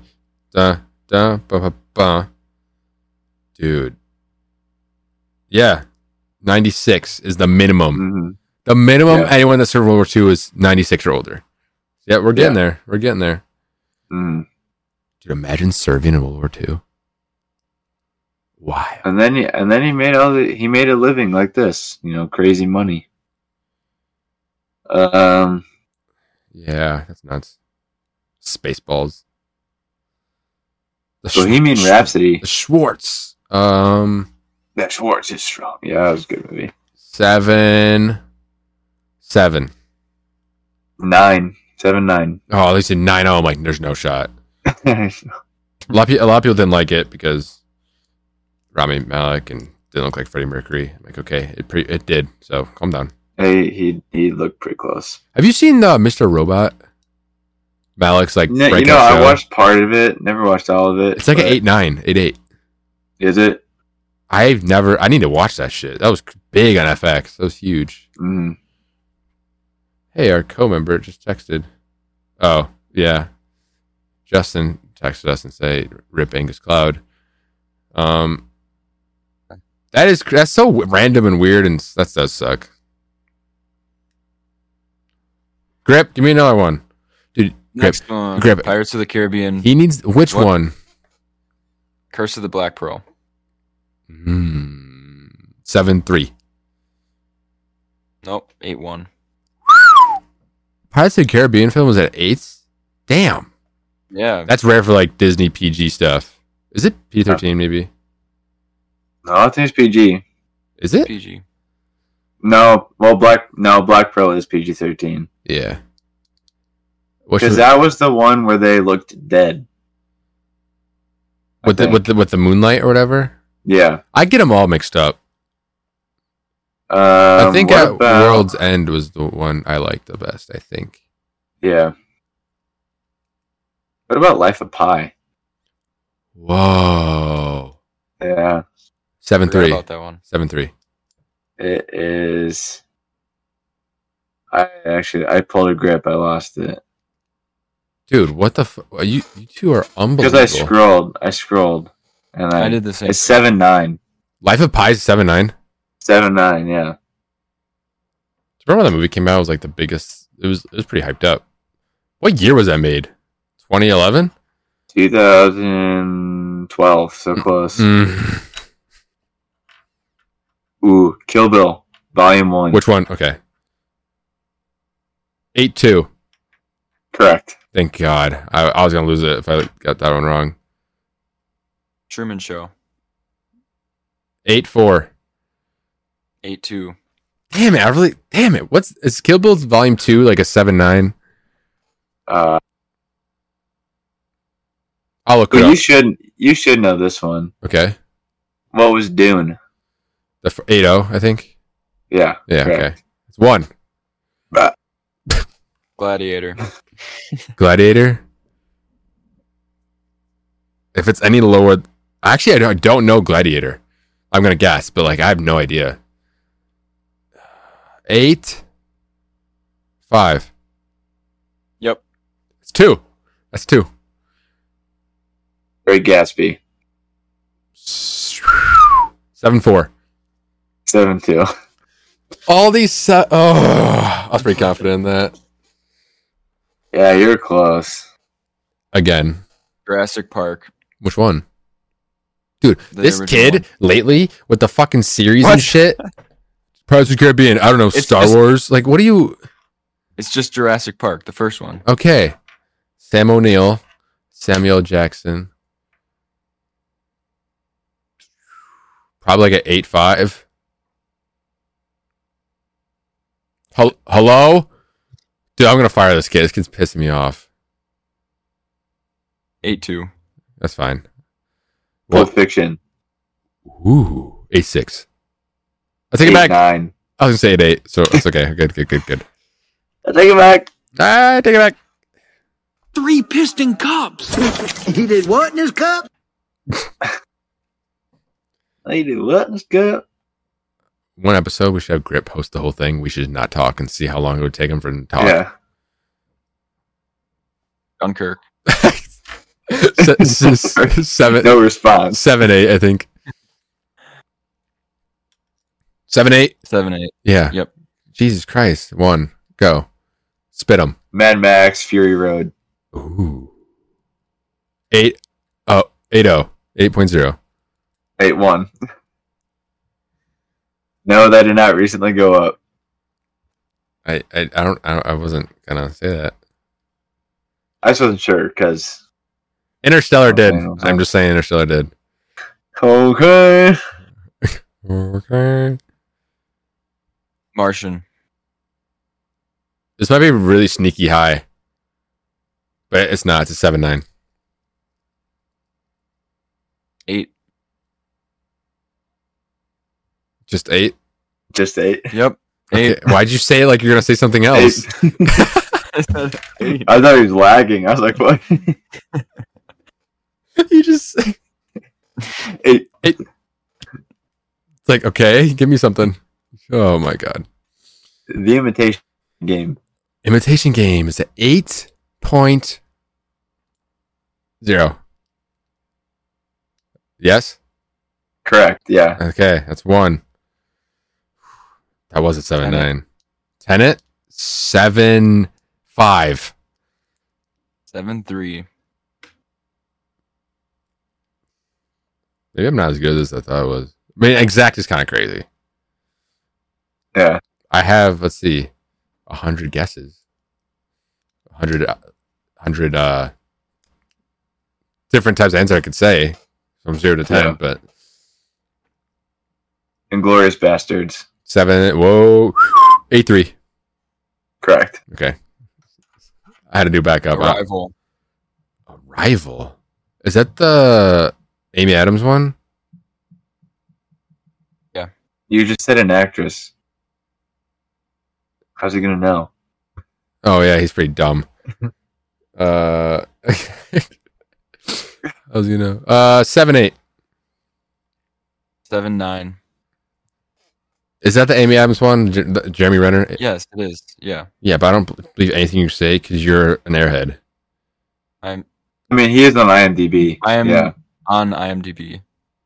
S3: Da da ba ba ba. Dude. Yeah, ninety-six is the minimum.
S2: mhm.
S3: The minimum
S2: Yeah.
S3: anyone that served World War II is 96 or older. Yeah, we're getting there. We're getting there.
S2: Mm.
S3: Dude, imagine serving in World War II. Wild.
S2: and then he, and then he made all the, he made a living like this, you know, crazy money. Um,
S3: Yeah, that's nuts. Spaceballs. The
S2: Bohemian
S3: Schw-
S2: Rhapsody.
S3: The Schwartz. Um,
S2: That Schwartz is strong. Yeah, that was a good movie.
S3: seven. Seven.
S2: Nine, seven, nine. (laughs)
S3: Oh, they said nine. Oh, I'm like, there's no shot. A lot, of, peo- a lot of people didn't like it because Rami Malek and didn't look like Freddie Mercury. I'm like, okay, it pre- it did. So calm down.
S2: Hey, he he looked pretty close.
S3: Have you seen the Mr. Robot? Malik's like
S2: No, you
S3: breakout
S2: know, I
S3: show.
S2: watched part of it. Never watched all of it.
S3: It's like an
S2: but-
S3: eight nine, eight eight.
S2: Is it?
S3: I've never. I need to watch that shit. That was big on FX. That was huge.
S2: Mm.
S3: Hey, our co-member just texted. Oh yeah, Justin texted us and say, "Rip Angus Cloud." Um, that is that's so w- random and weird, and s- that does suck. Grip, give me another one.
S4: Next one,
S3: grab it.
S4: Pirates of the Caribbean,
S3: He needs which
S4: What?
S3: one?
S4: Curse of the Black Pearl.
S3: Hmm. Seven three.
S4: Nope, eight one.
S3: Pirates of the Caribbean film was at eight. Damn,
S4: Yeah,
S3: that's rare for like Disney PG stuff. Is it P thirteen? Maybe
S2: No, I think it's PG.
S3: is it?
S4: PG.
S2: No, well, Black no Black Pearl is PG thirteen
S3: Yeah. What
S2: because
S3: should,
S2: that was the one where they looked dead. I
S3: with the,
S2: think.
S3: with the with the moonlight or whatever?
S2: yeah,
S3: I get them all mixed up.
S2: um,
S3: I think
S2: what
S3: at
S2: about-
S3: World's End was the one I liked the best. I think.
S2: Yeah. What about Life of Pi?
S3: Whoa.
S2: Yeah,
S3: Seven
S4: Forgot
S3: three.
S4: about that one.
S3: Seven three.
S2: it is. I actually I pulled a grip. I lost it.
S3: Dude, what the? F- you you two are
S2: Because I
S3: unbelievable.
S2: scrolled, I scrolled, and I,
S4: I did the same.
S2: It's seven nine,
S3: Life of Pi is seven nine.
S2: seven nine. Yeah,
S3: Remember when that movie came out? It was like the biggest. It was it was pretty hyped up. What year was that made? 2011.
S2: 2012. So
S3: Mm-hmm.
S2: close. Hmm.
S3: Mm.
S2: Ooh, Kill Bill, Volume One.
S3: Which one? Okay. Eight two.
S2: correct?
S3: Thank God. I, I was gonna lose it if I got that one wrong.
S4: Truman Show,
S3: Eight four.
S4: eight two.
S3: Damn it! I really. Damn it! What's is Kill Bill's Volume Two like a seven nine?
S2: Uh,
S3: I'll look it
S2: but
S3: up.
S2: you should you should know this one.
S3: okay.
S2: What was Dune?
S3: The f- eight zero. I think.
S2: Yeah,
S3: Yeah.
S2: Correct.
S3: Okay. It's one. (laughs)
S4: Gladiator.
S3: Gladiator. If it's any lower, actually, I don't, I don't know Gladiator. I'm gonna guess, but like I have no idea. Eight, five.
S4: Yep.
S3: It's two. That's two.
S2: Great Gatsby,
S3: Seven four.
S2: seven two. (laughs)
S3: All these. Se- oh, I was pretty confident in that.
S2: Yeah, you're close.
S3: Again,
S4: Jurassic Park.
S3: which one? Dude,
S4: The
S3: this
S4: original
S3: kid
S4: one.
S3: lately with the fucking series
S4: What?
S3: and shit. Pirates of the Caribbean. I don't know
S4: It's
S3: Star
S4: just-
S3: Wars. Like, what do you?
S4: It's just Jurassic Park, the first one.
S3: Okay. Sam O'Neill, Samuel Jackson. Probably like an eight five. Hel- Hello, Dude, I'm gonna fire this kid. This kid's pissing me off.
S4: Eight two.
S3: That's fine.
S2: Pulp Fiction.
S3: Ooh, eight six. I take it
S2: Eight,
S3: back.
S2: Nine.
S3: I was gonna say eight eight, so it's okay. good, good,
S2: (laughs)
S3: good, good.
S2: I take it Ah, back.
S3: I take it back.
S5: Three piston cups. he did what in his cup?
S2: I do what? Let's go.
S3: One episode, we should have Grip host the whole thing. We should not talk and see how long it would take him for him to talk.
S2: Yeah.
S4: Dunkirk.
S3: (laughs)
S2: (laughs)
S3: Se- se- se- seven,
S2: No response.
S3: seven, eight. I think. Seven, eight.
S4: Seven eight.
S3: Yeah.
S4: Yep.
S3: Jesus Christ. One. Go. Spit him.
S2: Mad Max Fury Road.
S3: Ooh. Eight. Oh, eight oh. Eight point zero.
S2: Eight one. No, that did not recently go up.
S3: I, I, I don't, I don't, I wasn't gonna say that.
S2: I just wasn't sure because
S3: Interstellar did.
S2: Okay, Oh, okay.
S3: I'm just saying Interstellar did.
S2: okay.
S3: Okay.
S4: Martian.
S3: This might be really sneaky high, but it's not. It's a seven nine.
S4: Eight.
S3: Just eight.
S2: Just eight.
S3: (laughs)
S4: Yep.
S3: Okay,
S4: Eight.
S3: Why'd you say it like you're gonna say something
S2: Eight. (laughs)
S3: else?
S4: I said eight.
S2: I thought he was lagging. I was like,
S4: (laughs)
S2: what?
S3: you just
S2: Eight.
S3: (laughs) it's like okay, give me something. Oh my god.
S2: The imitation game.
S3: Imitation game is at eight point zero. Yes.
S2: Correct. Yeah.
S3: Okay, that's one. That was at seven
S4: Tenet.
S3: nine. Tenet seven five.
S4: Seven three.
S3: Maybe I'm not as good as I thought I was. I mean, exact is kind of crazy.
S2: Yeah.
S3: I have let's see, a hundred guesses, a hundred, uh, hundred uh, different types of answer I could say from zero to ten,
S2: Yeah.
S3: but
S2: Inglorious Bastards.
S3: seven. Whoa, eight three.
S2: Correct.
S3: Okay, I had to do backup. Uh,
S4: Arrival.
S3: Arrival. Is that the Amy Adams one?
S2: You just said an actress. How's he gonna know?
S3: Oh yeah, he's pretty dumb. uh, (laughs) I was gonna uh seven eight.
S4: Seven nine.
S3: Is that the Amy Adams one? J- the- Jeremy Renner?
S4: Yes, it is. Yeah.
S3: Yeah, but I don't bel- believe anything you say because you're an airhead.
S4: I'm
S2: I mean, he is on IMDb.
S4: I am
S2: Yeah.
S4: on IMDb.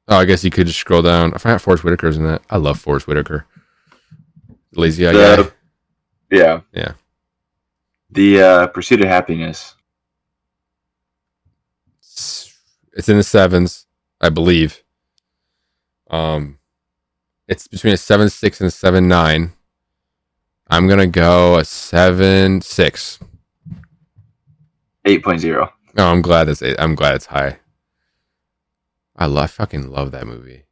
S3: Oh, I guess you could just scroll down. I forgot Forrest Whitaker's in that. I love Forrest Whitaker. Lazy eye
S2: The-
S3: guy.
S2: Yeah.
S3: Yeah.
S2: The uh, Pursuit of Happiness.
S3: It's in the sevens, I believe. Um, it's between a seven six and a seven nine. I'm gonna go a seven six.
S2: 8.0.
S3: Oh, I'm glad that's it. I'm glad it's high. I love, fucking love that movie.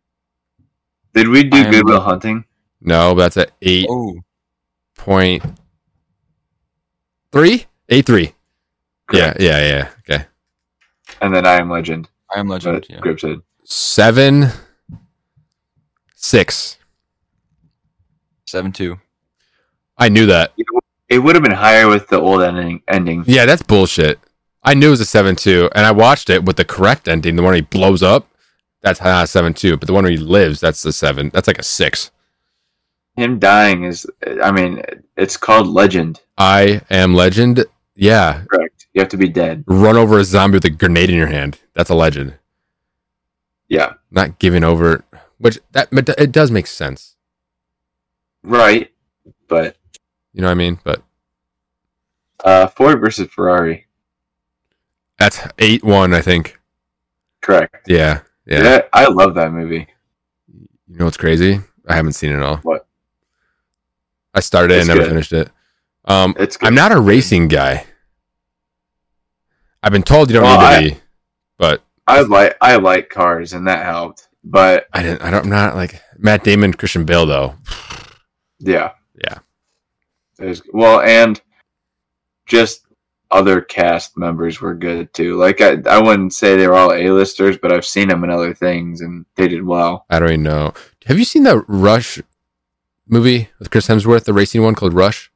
S2: Did we
S4: I
S2: do
S4: am-
S2: Goodwill Hunting?
S3: No, but that's an eight
S4: Oh,
S3: point three, eight three. Yeah, yeah, yeah. Okay,
S2: And then I Am Legend.
S4: I am Legend.
S2: But
S4: Yeah.
S2: Grip said
S3: seven, six.
S4: Seven two.
S3: I knew that.
S2: it would have been higher with the old ending. Ending.
S3: Yeah, that's bullshit. I knew it was a seven two, and I watched it with the correct ending, the one where he blows up. That's not a seven two, but the one where he lives, that's the seven. That's like a six.
S2: Him dying is. I mean, it's called Legend.
S3: I am Legend. Yeah,
S2: Correct. You have to be dead.
S3: run over a zombie with a grenade in your hand. That's a legend.
S2: Yeah.
S3: Not giving over, which that but it does make sense.
S2: Right. But
S3: You know what I mean? But
S2: uh, Ford versus Ferrari.
S3: That's eight one, I think.
S2: Correct.
S3: Yeah, yeah.
S2: That- I love that movie.
S3: You know what's crazy? I haven't seen it all.
S2: What?
S3: I started it and
S2: It's
S3: never
S2: good.
S3: finished it. Um,
S2: It's. Good.
S3: I'm not a racing guy. I've been told you don't
S2: Well,
S3: need to be, but
S2: I like. I like cars, and that helped. But
S3: I didn't. I don't. I'm not like Matt Damon, Christian Bale, though.
S2: yeah.
S3: Yeah.
S2: It was, well, and just other cast members were good too. Like I, I wouldn't say they were all A-listers, but I've seen them in other things and they did well.
S3: I don't even know. Have you seen that Rush movie with Chris Hemsworth, the racing one called Rush?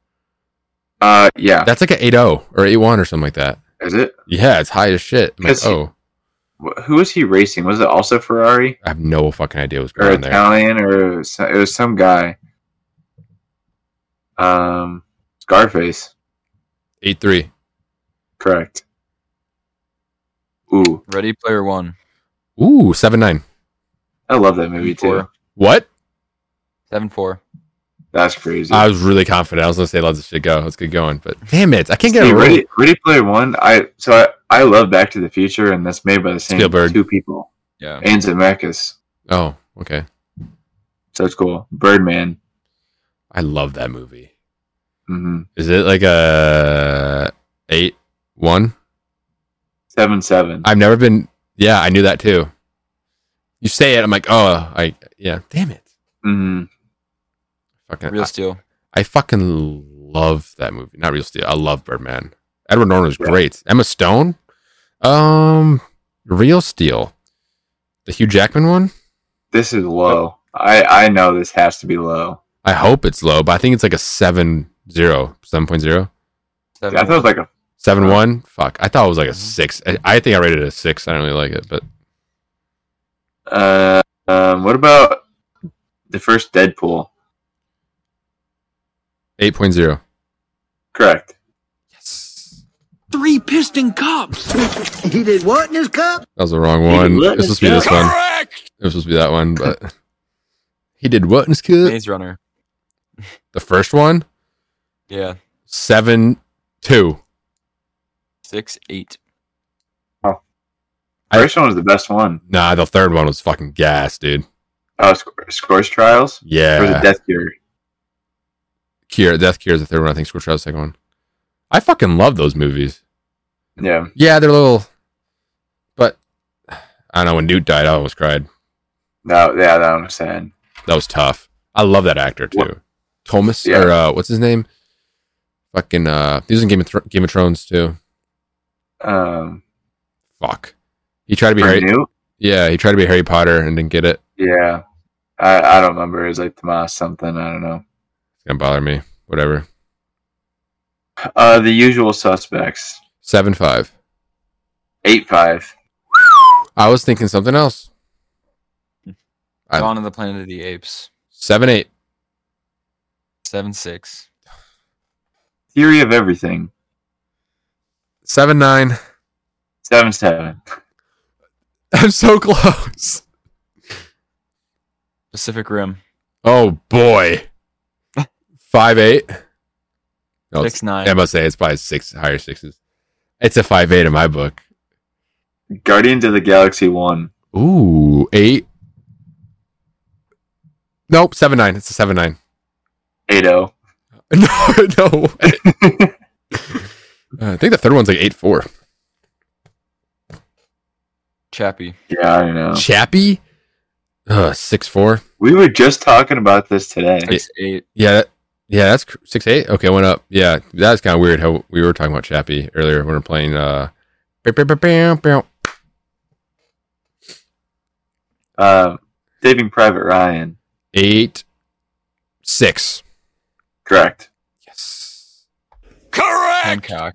S2: Uh, yeah,
S3: That's like an 8 or 8 1 or something like that.
S2: is it?
S3: Yeah, it's high as shit. I'm
S2: Yes.
S3: like, oh,
S2: Wh- Who was he racing? Was it also Ferrari
S3: I have no fucking idea what's
S2: or
S3: going on there.
S2: Italian or so- it was some guy? Um, Scarface,
S3: 8 3.
S2: correct. Ooh,
S4: Ready Player One.
S3: Ooh, 7 9.
S2: I love that movie too.
S4: Four.
S3: What?
S4: Seven four.
S2: That's crazy.
S3: I was really confident. I was going to say, let this shit go. Let's get going. But damn it. I can't get
S2: See,
S3: it right.
S2: Ready, Ready Player One. I so I, I love Back to the Future, and that's made by the same
S3: Spielberg.
S2: two people,
S4: Yeah.
S2: and Zemeckis.
S3: Oh, okay.
S2: So it's cool. Birdman.
S3: I love that movie.
S2: Mm-hmm.
S3: Is it like a uh, 8 1?
S2: Seven seven.
S3: I've never been. Yeah, I knew that too. You say it, I'm like, oh, I yeah. Damn it,
S2: mm-hmm.
S3: fucking.
S4: Real
S3: I,
S4: Steel.
S3: I fucking love that movie. Not Real Steel. I love Birdman. Edward Norton is
S2: Yeah.
S3: great. Emma Stone. Um, Real Steel. The Hugh Jackman one.
S2: This is low. I I know this has to be low.
S3: I hope it's low, but I think it's like a 7 0, 7.0,
S2: I
S4: Seven,
S2: thought it was like a
S3: 7 1. Fuck. I thought it was like a
S2: Uh-huh.
S4: Mhm.
S3: 6. I, I think I rated it a 6. I don't really like it, but
S2: Uh, um, what about the first Deadpool?
S3: 8.0.
S2: Correct.
S3: Yes.
S5: Three piston cops. he did what in his cup?
S3: That was the wrong
S2: He did
S3: one.
S2: what in
S3: It's
S2: his
S3: supposed to be this
S2: cup?
S3: one. It was supposed to be
S2: (laughs)
S3: that one, but he did what in school?
S4: Maze Runner.
S3: The first one,
S4: Yeah.
S3: seven two.
S4: Six eight.
S3: I-
S2: First one was the best one.
S3: Nah, the third one was fucking gas, dude.
S2: Oh, Sc- Scorch Trials or the
S3: Yeah,
S2: Death Cure.
S3: Cure, Death Cure is the third one. I think Scorch Trial is the second one. I fucking love those movies.
S2: Yeah,
S3: Yeah, they're little, but I don't know. When Newt died, I almost cried.
S2: no, yeah, that one was sad.
S3: That was tough. I love that actor too,
S2: What-
S3: Thomas
S2: Yeah.
S3: or uh, what's his name? Fucking uh, he was in Game of Thro- Game of Thrones too.
S2: Um,
S3: Fuck, he tried to be
S2: for
S3: Harry.
S2: Newt?
S3: Yeah, he tried to be Harry Potter and didn't get it.
S2: Yeah, I, I don't remember. It was like Tomas something. I don't know.
S3: It's gonna bother me. Whatever.
S2: Uh, the usual suspects.
S3: Seven five.
S2: Eight five.
S3: I was thinking something else. I-
S4: Dawn of the Planet of the Apes.
S3: Seven eight.
S4: Seven six.
S2: Theory of everything.
S3: Seven nine. (laughs)
S2: Seven seven.
S3: I'm so close.
S4: Pacific Rim.
S3: Oh boy. five eight.
S2: Oh,
S3: No, it's,
S4: Six nine.
S3: I must say it's probably six higher sixes. It's a five eight in my book.
S2: Guardians of the Galaxy one.
S3: Ooh, eight. Nope, seven nine. It's a seven nine. (laughs)
S2: Eight oh.
S3: No, no. way. Uh, I think the third one's like eight four.
S4: Chappie.
S2: Yeah, I don't know.
S3: Chappie. Uh, six four.
S2: We were just talking about this today.
S4: Six eight.
S3: Yeah, that, yeah, that's cr- six eight. Okay, went up. Yeah, that's kind of weird how we were talking about Chappie earlier when we were playing. Uh, bow, bow, bow, bow, bow.
S2: Um, Saving Private Ryan.
S3: eight six.
S2: Correct.
S3: Yes,
S4: Hancock.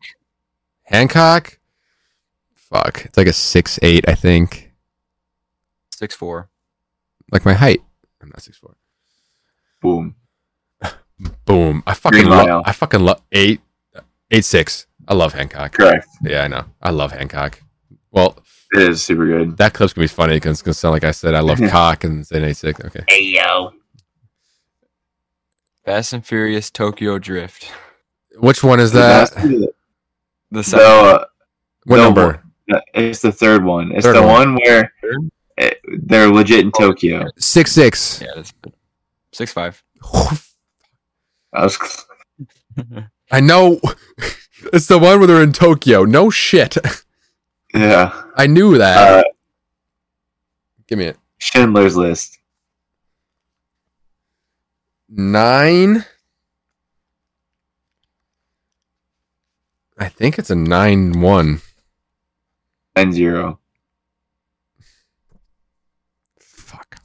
S3: Hancock. Fuck, it's like a six eight. I think
S4: Six four.
S3: like my height. I'm not six four.
S2: Boom.
S3: Boom. I fucking
S2: Green
S3: love.
S2: Mile.
S3: I fucking love eight eight six. I love Hancock.
S2: Correct.
S3: Yeah, I know. I love Hancock. Well,
S2: It is super good.
S3: that clip's gonna be funny because it's gonna sound like I said I
S2: (laughs)
S3: love cock and then eight six. Okay.
S1: Hey yo.
S4: Fast and Furious Tokyo Drift.
S3: Which one is that?
S2: That's the-
S4: The
S2: so,
S4: second
S2: uh,
S3: What
S2: No,
S3: number?
S2: it's the third one. It's
S3: Third
S2: the
S3: one. Oh,
S2: one, where it, they're legit in Tokyo.
S3: Six six.
S4: Yeah, that's good. Six five.
S2: (laughs) I was cl-
S3: I know. (laughs) It's the one where they're in Tokyo. No shit. (laughs)
S2: yeah.
S3: I knew that.
S2: Uh,
S3: Give me it.
S2: Schindler's List.
S3: Nine. I think it's a nine one.
S2: and zero.
S3: Fuck.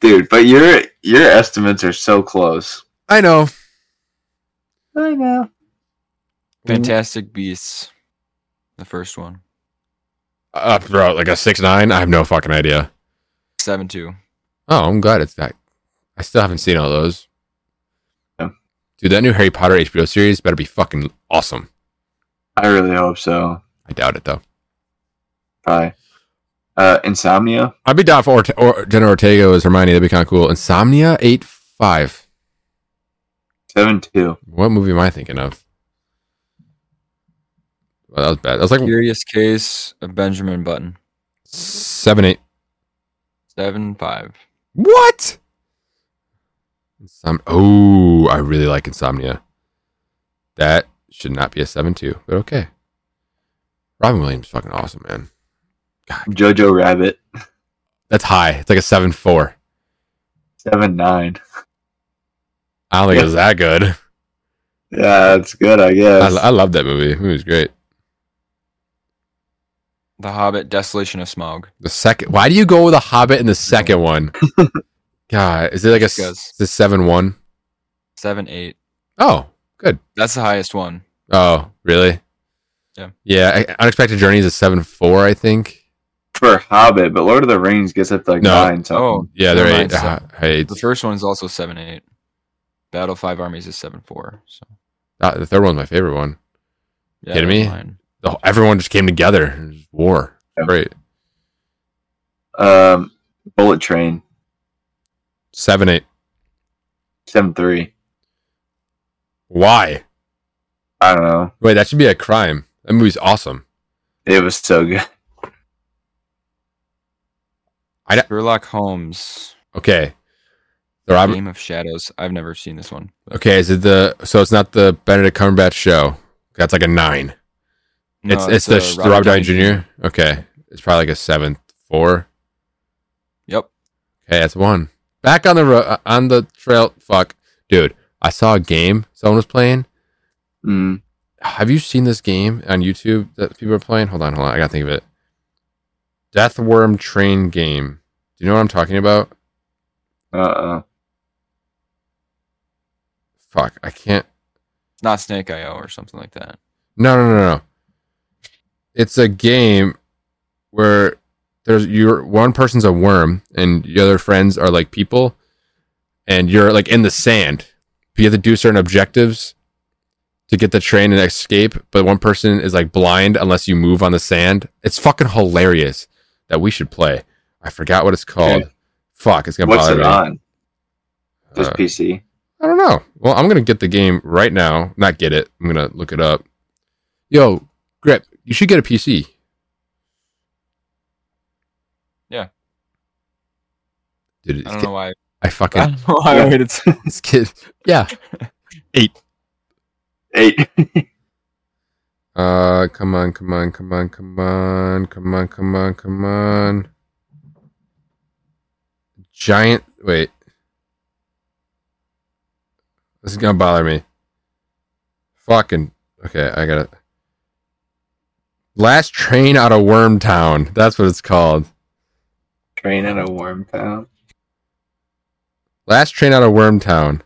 S2: Dude, but your your estimates are so close.
S3: I know.
S2: I know.
S4: Fantastic Beasts, the first one,
S3: Uh, bro, like a six nine. I have no fucking idea.
S4: seven two.
S3: Oh, I'm glad it's that. I still haven't seen all those.
S2: Yeah.
S3: Dude, that new Harry Potter HBO series better be fucking awesome.
S2: I really hope so.
S3: I doubt it though.
S2: Probably. Uh, Insomnia.
S3: I'd be down for Orte- or- Jenna Ortega as Hermione. That'd be kind of cool. Insomnia eight five.
S2: Seven two.
S3: What movie am I thinking of? Well, that was bad. That was like
S4: Curious Case of Benjamin Button,
S3: seven eight.
S4: seven five.
S3: What? Insom- oh, I really like Insomnia. That should not be a 7 2, but okay. Robin Williams is fucking awesome, man.
S2: Jojo Rabbit.
S3: That's high. It's like a 7 4.
S2: Seven nine.
S3: I don't think it was that good. I,
S2: Yeah, that's good. I guess.
S3: I love that movie. It was great.
S4: The Hobbit, Desolation of Smaug.
S3: The second. Why do you go with a Hobbit in the second one? God, is it like a, s-
S4: Because-
S3: it's a 7 1?
S4: Seven eight.
S3: Oh, good.
S4: That's the highest one.
S3: Oh, really?
S4: Yeah.
S3: Yeah. I- Unexpected Journey is a 7 4, I think.
S2: For Hobbit, but Lord of the Rings gets up to like
S3: No.
S2: nine. So
S4: Oh,
S3: Yeah, they're
S4: never
S3: eight.
S4: mind, so-
S3: uh, eight.
S4: the first one is also seven eight. Battle Five Armies is seven four. So
S3: Uh, the third one's my favorite one.
S4: yeah,
S3: Kidding me?
S4: that's mine.
S3: the whole- everyone just came together. It was war.
S2: Yeah.
S3: Great.
S2: um, Bullet Train
S3: Seven eight.
S2: seven three.
S3: Why?
S2: I don't know.
S3: Wait, that should be a crime. That movie's awesome.
S2: It was so good.
S4: Sherlock Holmes,
S3: Okay. The Robert,
S4: Game of Shadows. I've never seen this one.
S3: okay, is it the so it's not the Benedict Cumberbatch show? That's like a nine.
S4: No,
S3: it's it's, the,
S4: uh,
S3: sh the Robert Downey Jr. Okay, it's probably like a seven four.
S4: Yep.
S3: Okay, that's one. Back on the ro- uh, on the trail. Fuck, dude. I saw a game someone was playing.
S2: Mm.
S3: Have you seen this game on YouTube that people are playing? Hold on, hold on. I gotta think of it. Death Worm Train Game. Do you know what I'm talking about?
S2: Uh. uh
S3: Fuck, I can't.
S4: It's not Snake IO or something like that.
S3: No, no, no, no. It's a game where there's you're one person's a worm and your other friends are like people, and you're like in the sand. You have to do certain objectives to get the train and escape, but one person is like blind unless you move on the sand. It's fucking hilarious that we should play. I forgot what it's called. Fuck, it's gonna
S2: What's
S3: bother
S2: it uh,
S3: me.
S2: on? Just
S3: Uh,
S2: PC.
S3: I don't know. Well, I'm gonna get the game right now. Not get it. I'm gonna look it up. Yo, Grip, you should get a PC.
S4: Yeah.
S3: Dude,
S4: I
S3: I,
S4: don't know why.
S3: I
S4: (laughs)
S3: (laughs)
S4: I
S3: fucking
S4: don't know why I
S2: Yeah.
S3: (laughs)
S4: waited. so-
S3: this kid. Yeah.
S2: Eight. (laughs)
S3: Uh, come on, come on, come on, come on, come on, come on, come on. Giant. Wait. This is gonna bother me. Fucking. Okay, I got it. Last train out of Wormtown. That's what it's called.
S2: Train in a warm town.
S3: Last train out of Wormtown.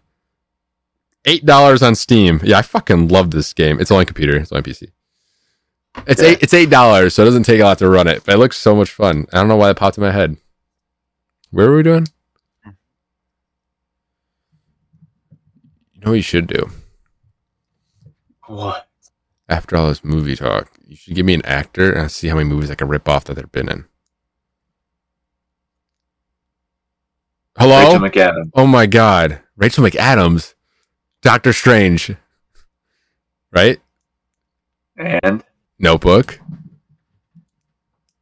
S3: Eight dollars on Steam. Yeah, I fucking love this game. It's only computer. It's only PC. It's
S2: Yeah.
S3: eight. It's eight dollars, so it doesn't take a lot to run it. But it looks so much fun. I don't know why that popped in my head. Where were we doing? You know what you should do
S2: What?
S3: after all this movie talk. You should give me an actor and see how many movies I can rip off that they've been in. Hello.
S2: Rachel McAdams.
S3: Oh my God, Rachel McAdams, Doctor Strange, right?
S2: And
S3: Notebook.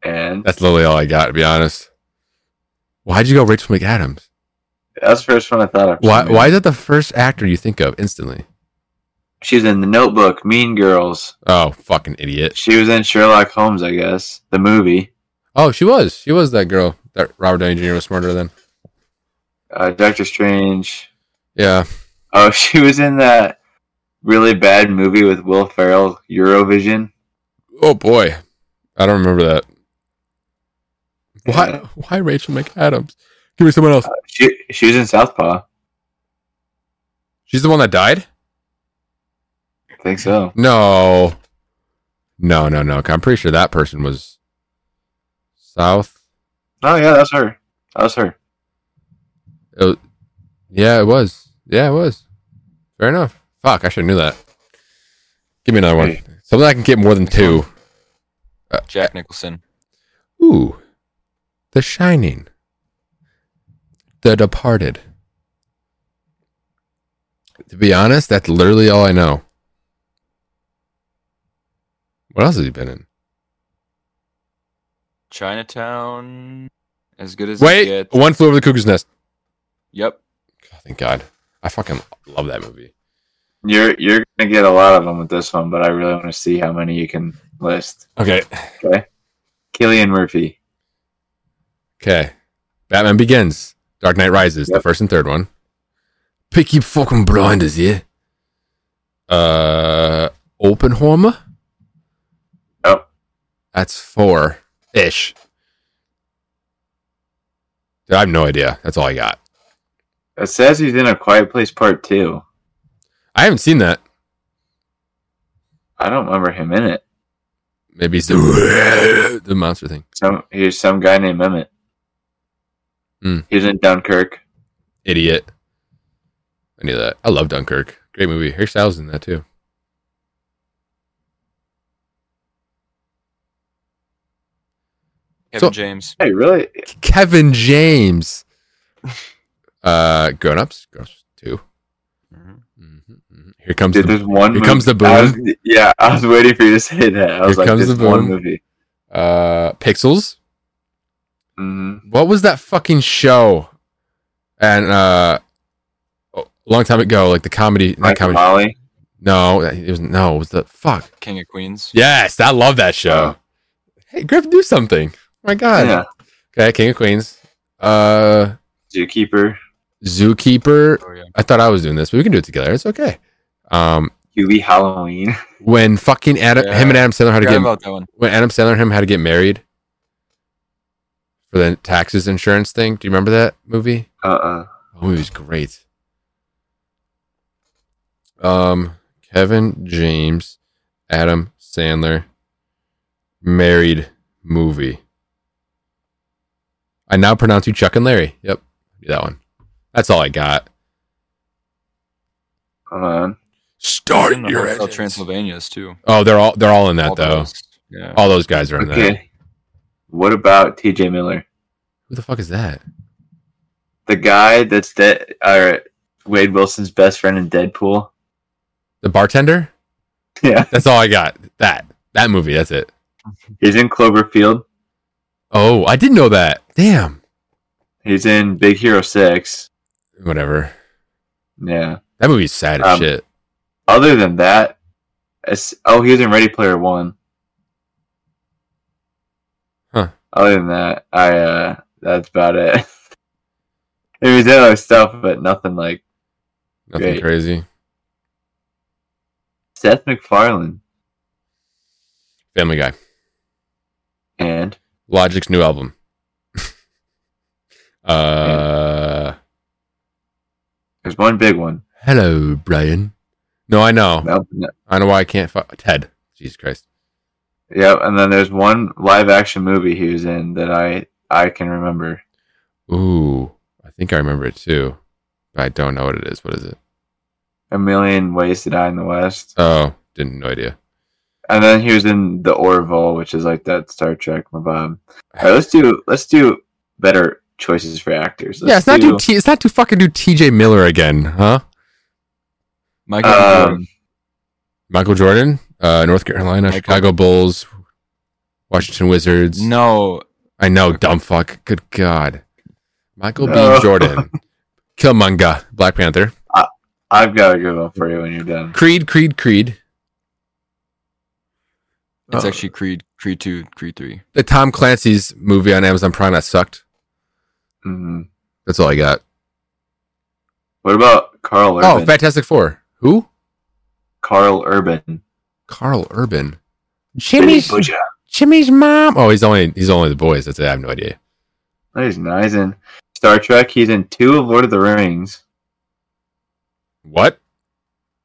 S2: and
S3: That's literally all I got to be honest. Why'd you go Rachel McAdams?
S2: that's the first one I thought of.
S3: Why? Why is that the first actor you think of instantly?
S2: She's in The Notebook, Mean Girls.
S3: Oh, fucking idiot!
S2: She was in Sherlock Holmes, I guess. The movie.
S3: Oh, she was. She was that girl that Robert Downey Jr. was smarter than.
S2: Uh, Doctor Strange.
S3: Yeah.
S2: (laughs) Oh, she was in that really bad movie with Will Ferrell, Eurovision?
S3: Oh boy, I don't remember that. Why?
S2: Yeah.
S3: Why Rachel McAdams? Give me someone else.
S2: She, she was in Southpaw.
S3: She's the one that died.
S2: I think so.
S3: No, no, no, no. I'm pretty sure that person was South.
S2: Oh yeah, that's her. That was her.
S3: Yeah, it was. Yeah, it was. Fair enough. Fuck, I should have knew that. Give me another one.
S2: Hey.
S3: Something I can get more than two.
S4: Jack Nicholson.
S3: Ooh, The Shining, The Departed. To be honest, that's literally all I know. What else has he been in?
S4: Chinatown. As good as it
S3: Wait,
S4: gets.
S3: One Flew Over the Cuckoo's Nest.
S4: Yep.
S3: God, thank God. I fucking love that movie.
S2: You're you're gonna get a lot of them with this one, but I really want to see how many you can list.
S3: Okay.
S2: Killian Murphy.
S3: Okay. Batman Begins, Dark Knight Rises, the
S2: Yep.
S3: first and third one. Picky fucking blinders, yeah. Uh, Oppenheimer.
S2: Yep.
S3: That's four ish. Dude, I have no idea. That's all I got.
S2: It says he's in a Quiet Place Part Two.
S3: I haven't seen that.
S2: I don't remember him in it.
S3: Maybe it's (laughs) the, the monster thing.
S2: Some he's some guy named Emmett.
S3: Hmm.
S2: He was in Dunkirk.
S3: Idiot. I knew that. I love Dunkirk. Great movie. Harry Styles is in that too.
S4: Kevin
S3: So-
S4: James.
S2: Hey, really?
S3: Kevin James. Uh, grown ups. Grown ups two. Mm-hmm. Here comes
S2: Dude,
S3: the,
S2: there's one.
S3: here
S2: movie-
S3: comes the boom.
S2: I was- yeah, I was waiting for you to say that. I was
S3: Here
S2: like,
S3: comes
S2: this
S3: the
S2: one
S3: boom.
S2: movie.
S3: uh Pixels.
S2: hmm
S3: What was that fucking show? And uh, a long time ago, like the comedy. Not
S2: Like
S3: comedy.
S2: Molly.
S3: No, that- it was no. It was the fuck.
S4: King of Queens.
S3: Yes, I love that show.
S2: Oh.
S3: Hey, Griff, do something. Oh my god.
S2: Yeah.
S3: Okay, King of Queens. Uh,
S2: Zookeeper.
S3: Zookeeper.
S4: Oh yeah.
S3: I thought I was doing this, but we can do it together. It's okay. Um,
S2: Huey Halloween. (laughs)
S3: when fucking Adam,
S4: Yeah.
S3: him and Adam Sandler had to
S4: Forgot
S3: get
S4: about that one.
S3: when Adam Sandler and him had to get married for the taxes insurance thing. Do you remember that movie?
S2: Uh uh
S3: That movie was great. Um, Kevin James, Adam Sandler, married movie. I now pronounce you Chuck and Larry. Yep, that one. That's all I got.
S2: Hold on.
S3: Start
S4: In the Hotel Transylvania's too.
S3: Oh, they're all they're all in that
S4: All
S3: though.
S4: those. Yeah.
S3: All those guys are in that.
S2: Okay. What about T.J. Miller,
S3: Who the fuck is that?
S2: the guy that's dead? Or Wade Wilson's best friend in Deadpool.
S3: The bartender?
S2: Yeah,
S3: That's all I got. That that movie. That's it.
S2: he's in Cloverfield.
S3: Oh, I did know that. Damn.
S2: He's in Big Hero Six.
S3: Whatever.
S2: Yeah.
S3: That movie's sad as
S2: Um,
S3: shit.
S2: Other than that, it's, oh, he was in Ready Player One.
S3: Huh.
S2: Other than that, I uh, that's about it. (laughs) I mean, he did other stuff, but nothing like
S3: Nothing
S2: great.
S3: crazy.
S2: Seth MacFarlane
S3: Family Guy.
S2: and
S3: Logic's new album. (laughs) uh,
S2: there's one big one.
S3: hello, Brian. No, I know.
S2: No, no,
S3: I know why I can't. Fu- Ted. Jesus Christ.
S2: Yep, and then there's one live action movie he was in that I I can remember.
S3: Ooh, I think I remember it too, but I don't know what it is. What is it?
S2: A Million Ways to Die in the West.
S3: Oh, didn't no idea.
S2: And then he was in The Orville, which is like that Star Trek mabob. Alright, let's do let's do better choices for actors. Let's
S3: yeah, it's not
S2: do,
S3: do T. It's not to fucking do T.J. Miller again, huh?
S4: Michael. Jordan.
S2: um,
S3: Michael Jordan, uh, North Carolina,
S4: Michael.
S3: Chicago Bulls, Washington Wizards.
S4: no.
S3: I know, dumb fuck. Good God. Michael
S2: No. (laughs)
S3: B. Jordan, Killmonger, Black Panther,
S2: I've got a good one for you when you're done.
S3: Creed, Creed, Creed.
S4: It's
S3: Uh,
S4: actually Creed. Creed two. Creed three.
S3: the Tom Clancy's movie on Amazon Prime that sucked.
S2: hmm
S3: That's all I got.
S2: What about Carl Urban?
S3: Oh, Fantastic Four. Who?
S2: Carl Urban.
S3: Carl Urban.
S2: Billy
S1: Jimmy's
S2: Butcher.
S3: Jimmy's mom. Oh, he's only he's only the boys. That's it. I have no idea.
S2: He's nice in Star Trek. He's in two of Lord of the Rings.
S3: What?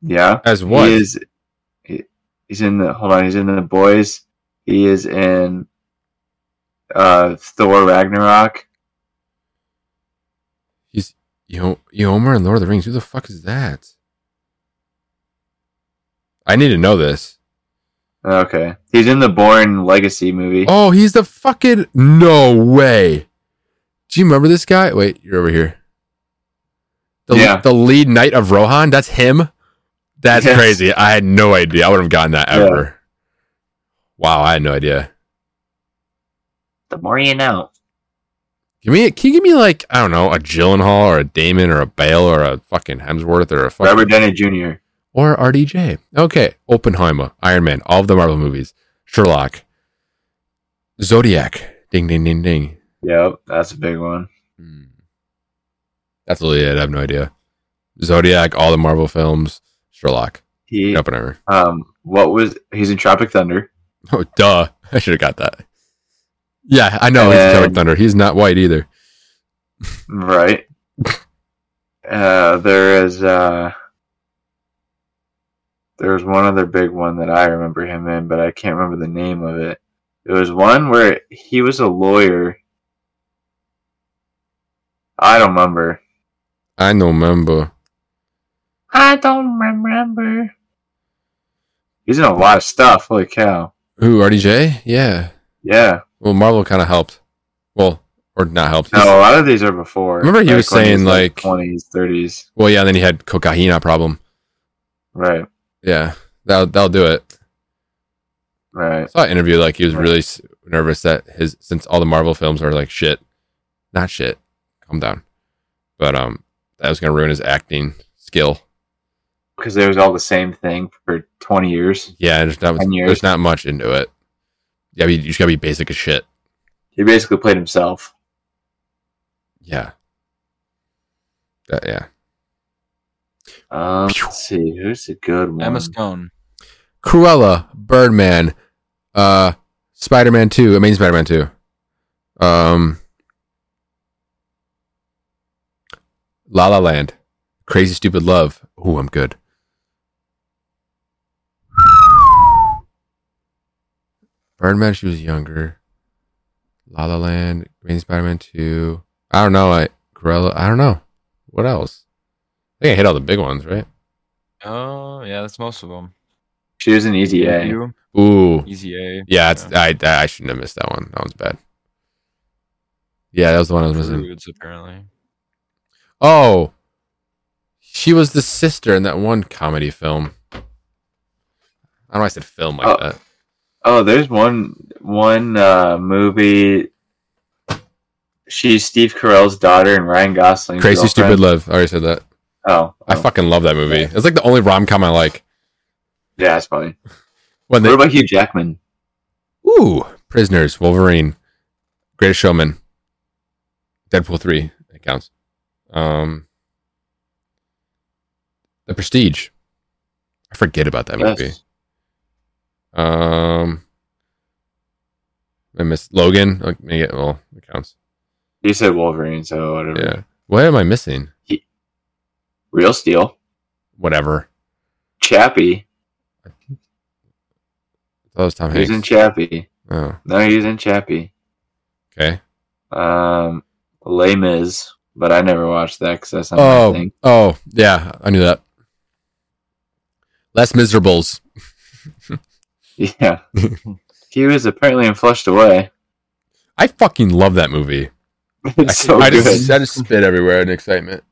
S2: Yeah.
S3: As what?
S2: He is. He, he's in the. Hold on. He's in the boys. He is in. Uh, Thor Ragnarok.
S3: he's Yo- Yomer and Lord of the Rings. Who the fuck is that? I need to know this.
S2: Okay. He's in the Born Legacy movie.
S3: Oh, he's the fucking no way. Do you remember this guy? Wait, you're over here. The,
S2: Yeah.
S3: the lead knight of Rohan. That's him. That's
S2: Yes.
S3: crazy. I had no idea. I would have gotten that
S2: Yeah.
S3: ever. Wow, I had no idea.
S2: The more you know.
S3: Give me, can you give me like I don't know a Gyllenhaal or a Damon or a Bale or a fucking Hemsworth or a fucking
S2: Robert Downey Jr.
S3: or RDJ. Okay, Oppenheimer, Iron Man, all of the Marvel movies, Sherlock, Zodiac. Ding, ding, ding, ding.
S2: Yep, that's a big one.
S3: Hmm. That's really it. I have no idea. Zodiac, all the Marvel films, Sherlock,
S2: He
S3: Oppenheimer. (laughs)
S2: um, what was he's in Tropic Thunder?
S3: Oh, duh! I should have got that. Yeah, I know.
S2: And
S3: It's
S2: then-
S3: Tropic Thunder. He's not white either.
S2: Right. uh, there is uh, there was one other big one that I remember him in, but I can't remember the name of it. It was one where he was a lawyer. I don't remember.
S3: I don't remember.
S2: I don't remember. He's in a lot of stuff. Holy cow!
S3: Who RDJ? Yeah.
S2: Yeah.
S3: Well, Marvel kind of helped. Well, or not helped.
S2: No, a lot of these are before.
S3: Remember he was
S2: when
S3: saying,
S2: he's,
S3: like-
S2: twenties, thirties,
S3: Well, yeah. Then he had cocaine problem.
S2: right?
S3: Yeah, that'll that'll do it. I
S2: Right.
S3: saw an interview like he was
S2: Right.
S3: really s- nervous that his since all the Marvel films are like shit, not shit. Calm down, but um, that was gonna ruin his acting skill.
S2: Because they was all the same thing for 20 years.
S3: Yeah, there's not
S2: Ten years.
S3: there's not much into it. Yeah, I mean, you just gotta be basic as shit.
S2: He basically played himself.
S3: Yeah, That- yeah.
S2: Um, let's see, who's a good one?
S4: Emma Stone.
S3: Cruella, Birdman, uh, Spider Man Two, Amazing Spider Man Two, um, La La Land, Crazy Stupid Love. Ooh, I'm good. Birdman, she was younger. La La Land, Amazing Spider Man Two. I don't know. I Cruella. I don't know. What else? I think I hit all the big ones, right?
S4: Oh yeah, that's most of them.
S2: She was an Easy A.
S4: You,
S3: Ooh,
S4: Easy A.
S3: Yeah, it's, I I I shouldn't have missed that one. That one's bad. Yeah, that was the one I was missing.
S4: Prudes, apparently. (laughs)
S3: Oh, she was the sister in that one comedy film. I don't know. why I said film like
S2: Oh.
S3: that.
S2: Oh, there's one one uh, movie. She's Steve Carell's daughter and Ryan Gosling's
S3: Crazy Stupid
S2: girlfriend.
S3: Love. I already said that.
S2: Oh,
S3: I
S2: oh,
S3: fucking love that movie. It's like the only rom com I like.
S2: yeah, that's funny. What
S3: When they
S2: about Hugh Jackman?
S3: ooh prisoners Wolverine, Greatest Showman, Deadpool three it counts. Um, The Prestige. I forget about that movie.
S2: Yes.
S3: Um, I missed Logan. Like, yeah, well, it counts.
S2: You said Wolverine, so whatever.
S3: Yeah. What am I missing?
S2: Real Steel,
S3: Whatever.
S2: Chappie.
S3: That was Tom
S2: He was
S3: Hanks.
S2: in Chappie.
S3: oh,
S2: No, he was in Chappie.
S3: okay.
S2: Um, Les Mis, but I never watched that because that's not
S3: Oh,
S2: my thing. (laughs)
S3: oh, yeah. I knew that. Less Miserables. (laughs)
S2: Yeah. he was apparently in Flushed Away. (laughs)
S3: I fucking love that movie. I,
S2: It's so
S3: I
S2: good.
S3: just, I just spit everywhere in excitement.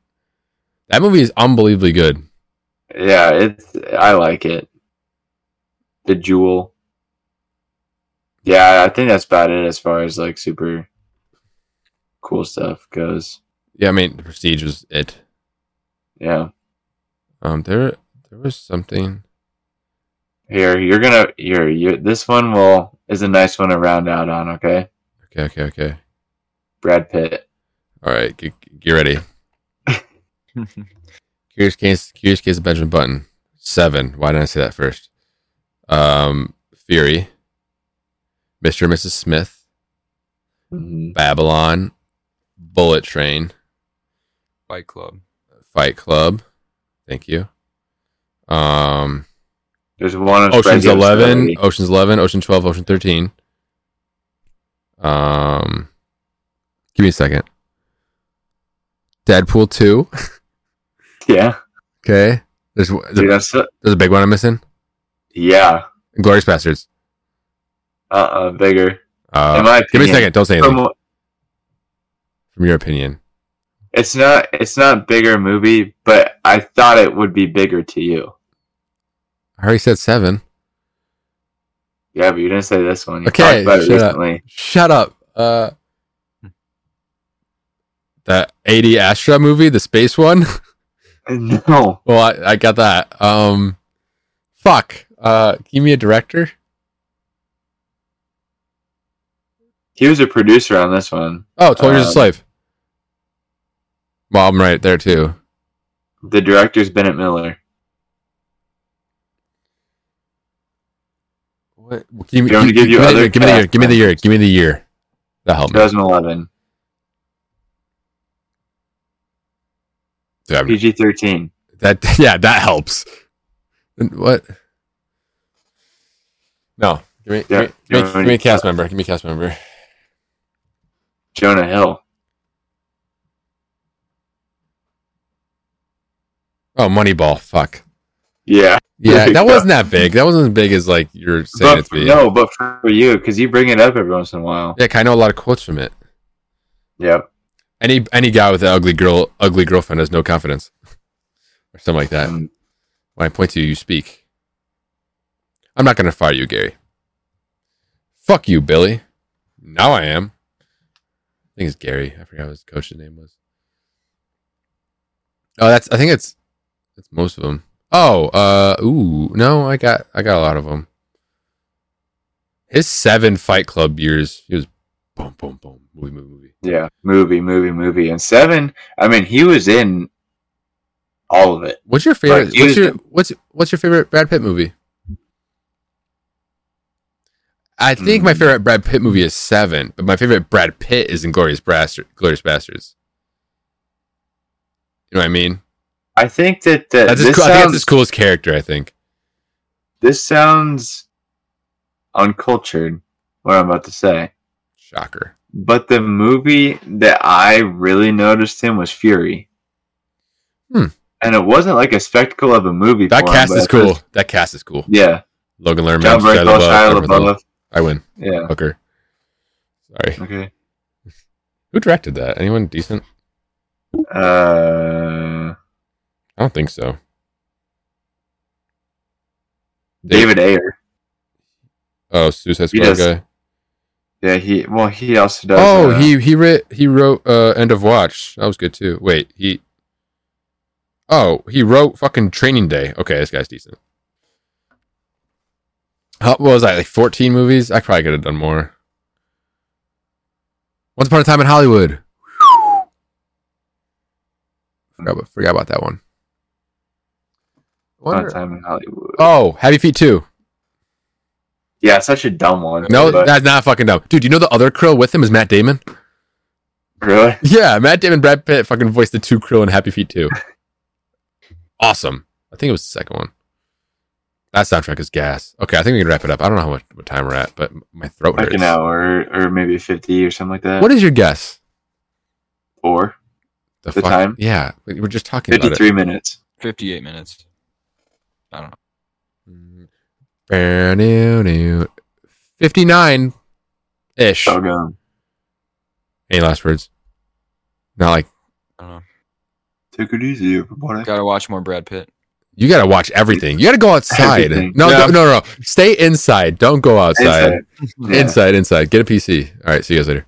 S3: That movie is unbelievably good.
S2: yeah, it's I like it. The Jewel. Yeah, I think that's about it as far as like super cool stuff goes.
S3: Yeah, I mean, The Prestige was it.
S2: Yeah.
S3: Um, there, there was something.
S2: Here, you're gonna here, you this one will is a nice one to round out on, okay?
S3: Okay, okay, okay.
S2: Brad Pitt.
S3: All right, get, get ready. Curious Case, Curious Case of Benjamin Button, Seven. Why didn't I say that first? Um, Fury, Mr. and Mrs. Smith,
S2: Mhm.
S3: Babylon, Bullet Train,
S4: Fight Club.
S3: Fight Club. Thank you. Um,
S2: There's one. of
S3: Ocean's
S2: Freddy
S3: Oh, Eleven,
S2: O'Sullivan.
S3: Ocean's Eleven, Ocean Twelve, Ocean Thirteen. Um, give me a second. Deadpool Two.
S2: (laughs) Yeah.
S3: Okay, there's
S2: Dude,
S3: there's
S2: that's so-
S3: a big one I'm missing.
S2: yeah.
S3: Glorious Bastards.
S2: Uh. uh Bigger.
S3: Uh,
S2: In my
S3: give me a
S2: opinion,
S3: second. Don't say anything.
S2: From-
S3: from your opinion.
S2: it's not. It's not bigger movie, but I thought it would be bigger to you.
S3: I already said seven.
S2: Yeah, but you didn't say this one. You
S3: Okay,
S2: talked about it
S3: shut up.
S2: recently. (laughs)
S3: Shut up. Uh, the 80 Astra movie, the space one. (laughs)
S2: No.
S3: well, I, I got that. Um, fuck. Uh, give me a director.
S2: He was a producer on this one.
S3: Oh, 12 Years a
S2: Um,
S3: Slave. Well, I'm right there too.
S2: The director's Bennett Miller.
S4: What?
S3: Give me,
S2: Do you want me to give you
S3: me the-
S2: other
S3: give me the year.
S2: cast
S3: Give me the year. Give me the year. That helped me.
S2: 2011.
S3: Dude, I'm-
S2: PG 13.
S3: That (laughs) yeah, that helps. And What? No. Give me,
S2: Yeah,
S3: give me, give me,
S2: you
S3: give me a cast member. Give me a cast member.
S2: Jonah Hill.
S3: Oh, Moneyball. Fuck.
S2: Yeah.
S3: Yeah,
S2: Yeah.
S3: that wasn't that big. That wasn't as big as like you're saying
S2: But,
S3: it's big.
S2: no, but for you, because you bring it up every once in a while.
S3: Yeah, I know a lot of quotes from it.
S2: Yep.
S3: Any any guy with an ugly girl, ugly girlfriend has no confidence, or something like that.
S2: Um,
S3: When I point to you, you speak. I'm not gonna fire you, Gary. Fuck you, Billy. Now I am. I think it's Gary. I forgot what his coach's name was. Oh, that's. I think it's. That's most of them. Oh, uh, ooh, no, I got, I got a lot of them. His seven Fight Club years, he was, boom, boom, boom, movie, movie, movie.
S2: yeah. Movie, movie, movie. And seven, I mean, he was in all of it.
S3: What's your favorite?
S2: he
S3: what's
S2: was
S3: your what's what's your favorite Brad Pitt movie? I think my
S2: Hmm.
S3: favorite Brad Pitt movie is Seven, but my favorite Brad Pitt is Inglorious Bastard, Glorious Bastards. You know what I mean?
S2: I think that, that
S3: That's his,
S2: this,
S3: cool, I think that's
S2: sounds,
S3: his coolest character. I think.
S2: this sounds uncultured, what I'm about to say.
S3: Shocker.
S2: But the movie that I really noticed him was Fury.
S3: Hmm.
S2: And it wasn't like a spectacle of a movie.
S3: That
S2: for him,
S3: cast
S2: but
S3: is
S2: it was-
S3: cool. that cast is cool.
S2: yeah.
S3: Logan Lerman,
S2: John
S3: Shia
S2: Bernthal, Shia
S3: LaBeouf, Everett
S2: LaBeouf.
S3: I win.
S2: Yeah.
S3: Hooker. Sorry.
S2: Okay.
S3: Who directed that? Anyone decent?
S2: Uh,
S3: I don't think so.
S2: David Ayer.
S3: Oh, Suicide
S2: He
S3: Squad
S2: does-
S3: guy.
S2: Yeah, he. Well, he also does.
S3: Oh,
S2: uh,
S3: he he writ he wrote uh, End of Watch. That was good too. Wait, he. Oh, he wrote fucking Training Day. Okay, this guy's decent. How, what was I like? Fourteen movies. I probably could have done more. Once upon a time in Hollywood. Forgot about, forgot about that one.
S2: About
S3: Wonder-
S2: Time in Hollywood.
S3: Oh, Happy Feet too.
S2: Yeah, such a dumb one.
S3: No,
S2: but-
S3: that's not fucking dumb, dude. You know the other krill with him is Matt Damon.
S2: (laughs) really.
S3: Yeah, Matt Damon, Brad Pitt, fucking voiced the two Krill in Happy
S2: (laughs)
S3: Feet too. awesome. I think it was the second one. That soundtrack is gas. Okay, I think we can wrap it up. I don't know how much what time we're at, but my throat
S2: Like
S3: hurts.
S2: an hour or maybe fifty or something like that.
S3: What is your guess?
S2: Or The time?
S3: Yeah, we were just talking about it.
S2: fifty-three minutes.
S4: 58 minutes. I don't know.
S3: Ba-do-do. Fifty-nine ish.
S2: Doggone.
S3: Any last words? Not like
S4: I don't know.
S2: Take it easy, everybody.
S4: Gotta watch more Brad Pitt.
S3: you got to watch everything. You got to go outside.
S2: Everything.
S3: No,
S2: Yeah.
S3: no, no, no. Stay inside. Don't go outside.
S2: Inside. Yeah.
S3: Inside, inside. Get a PC. All right. See you guys later.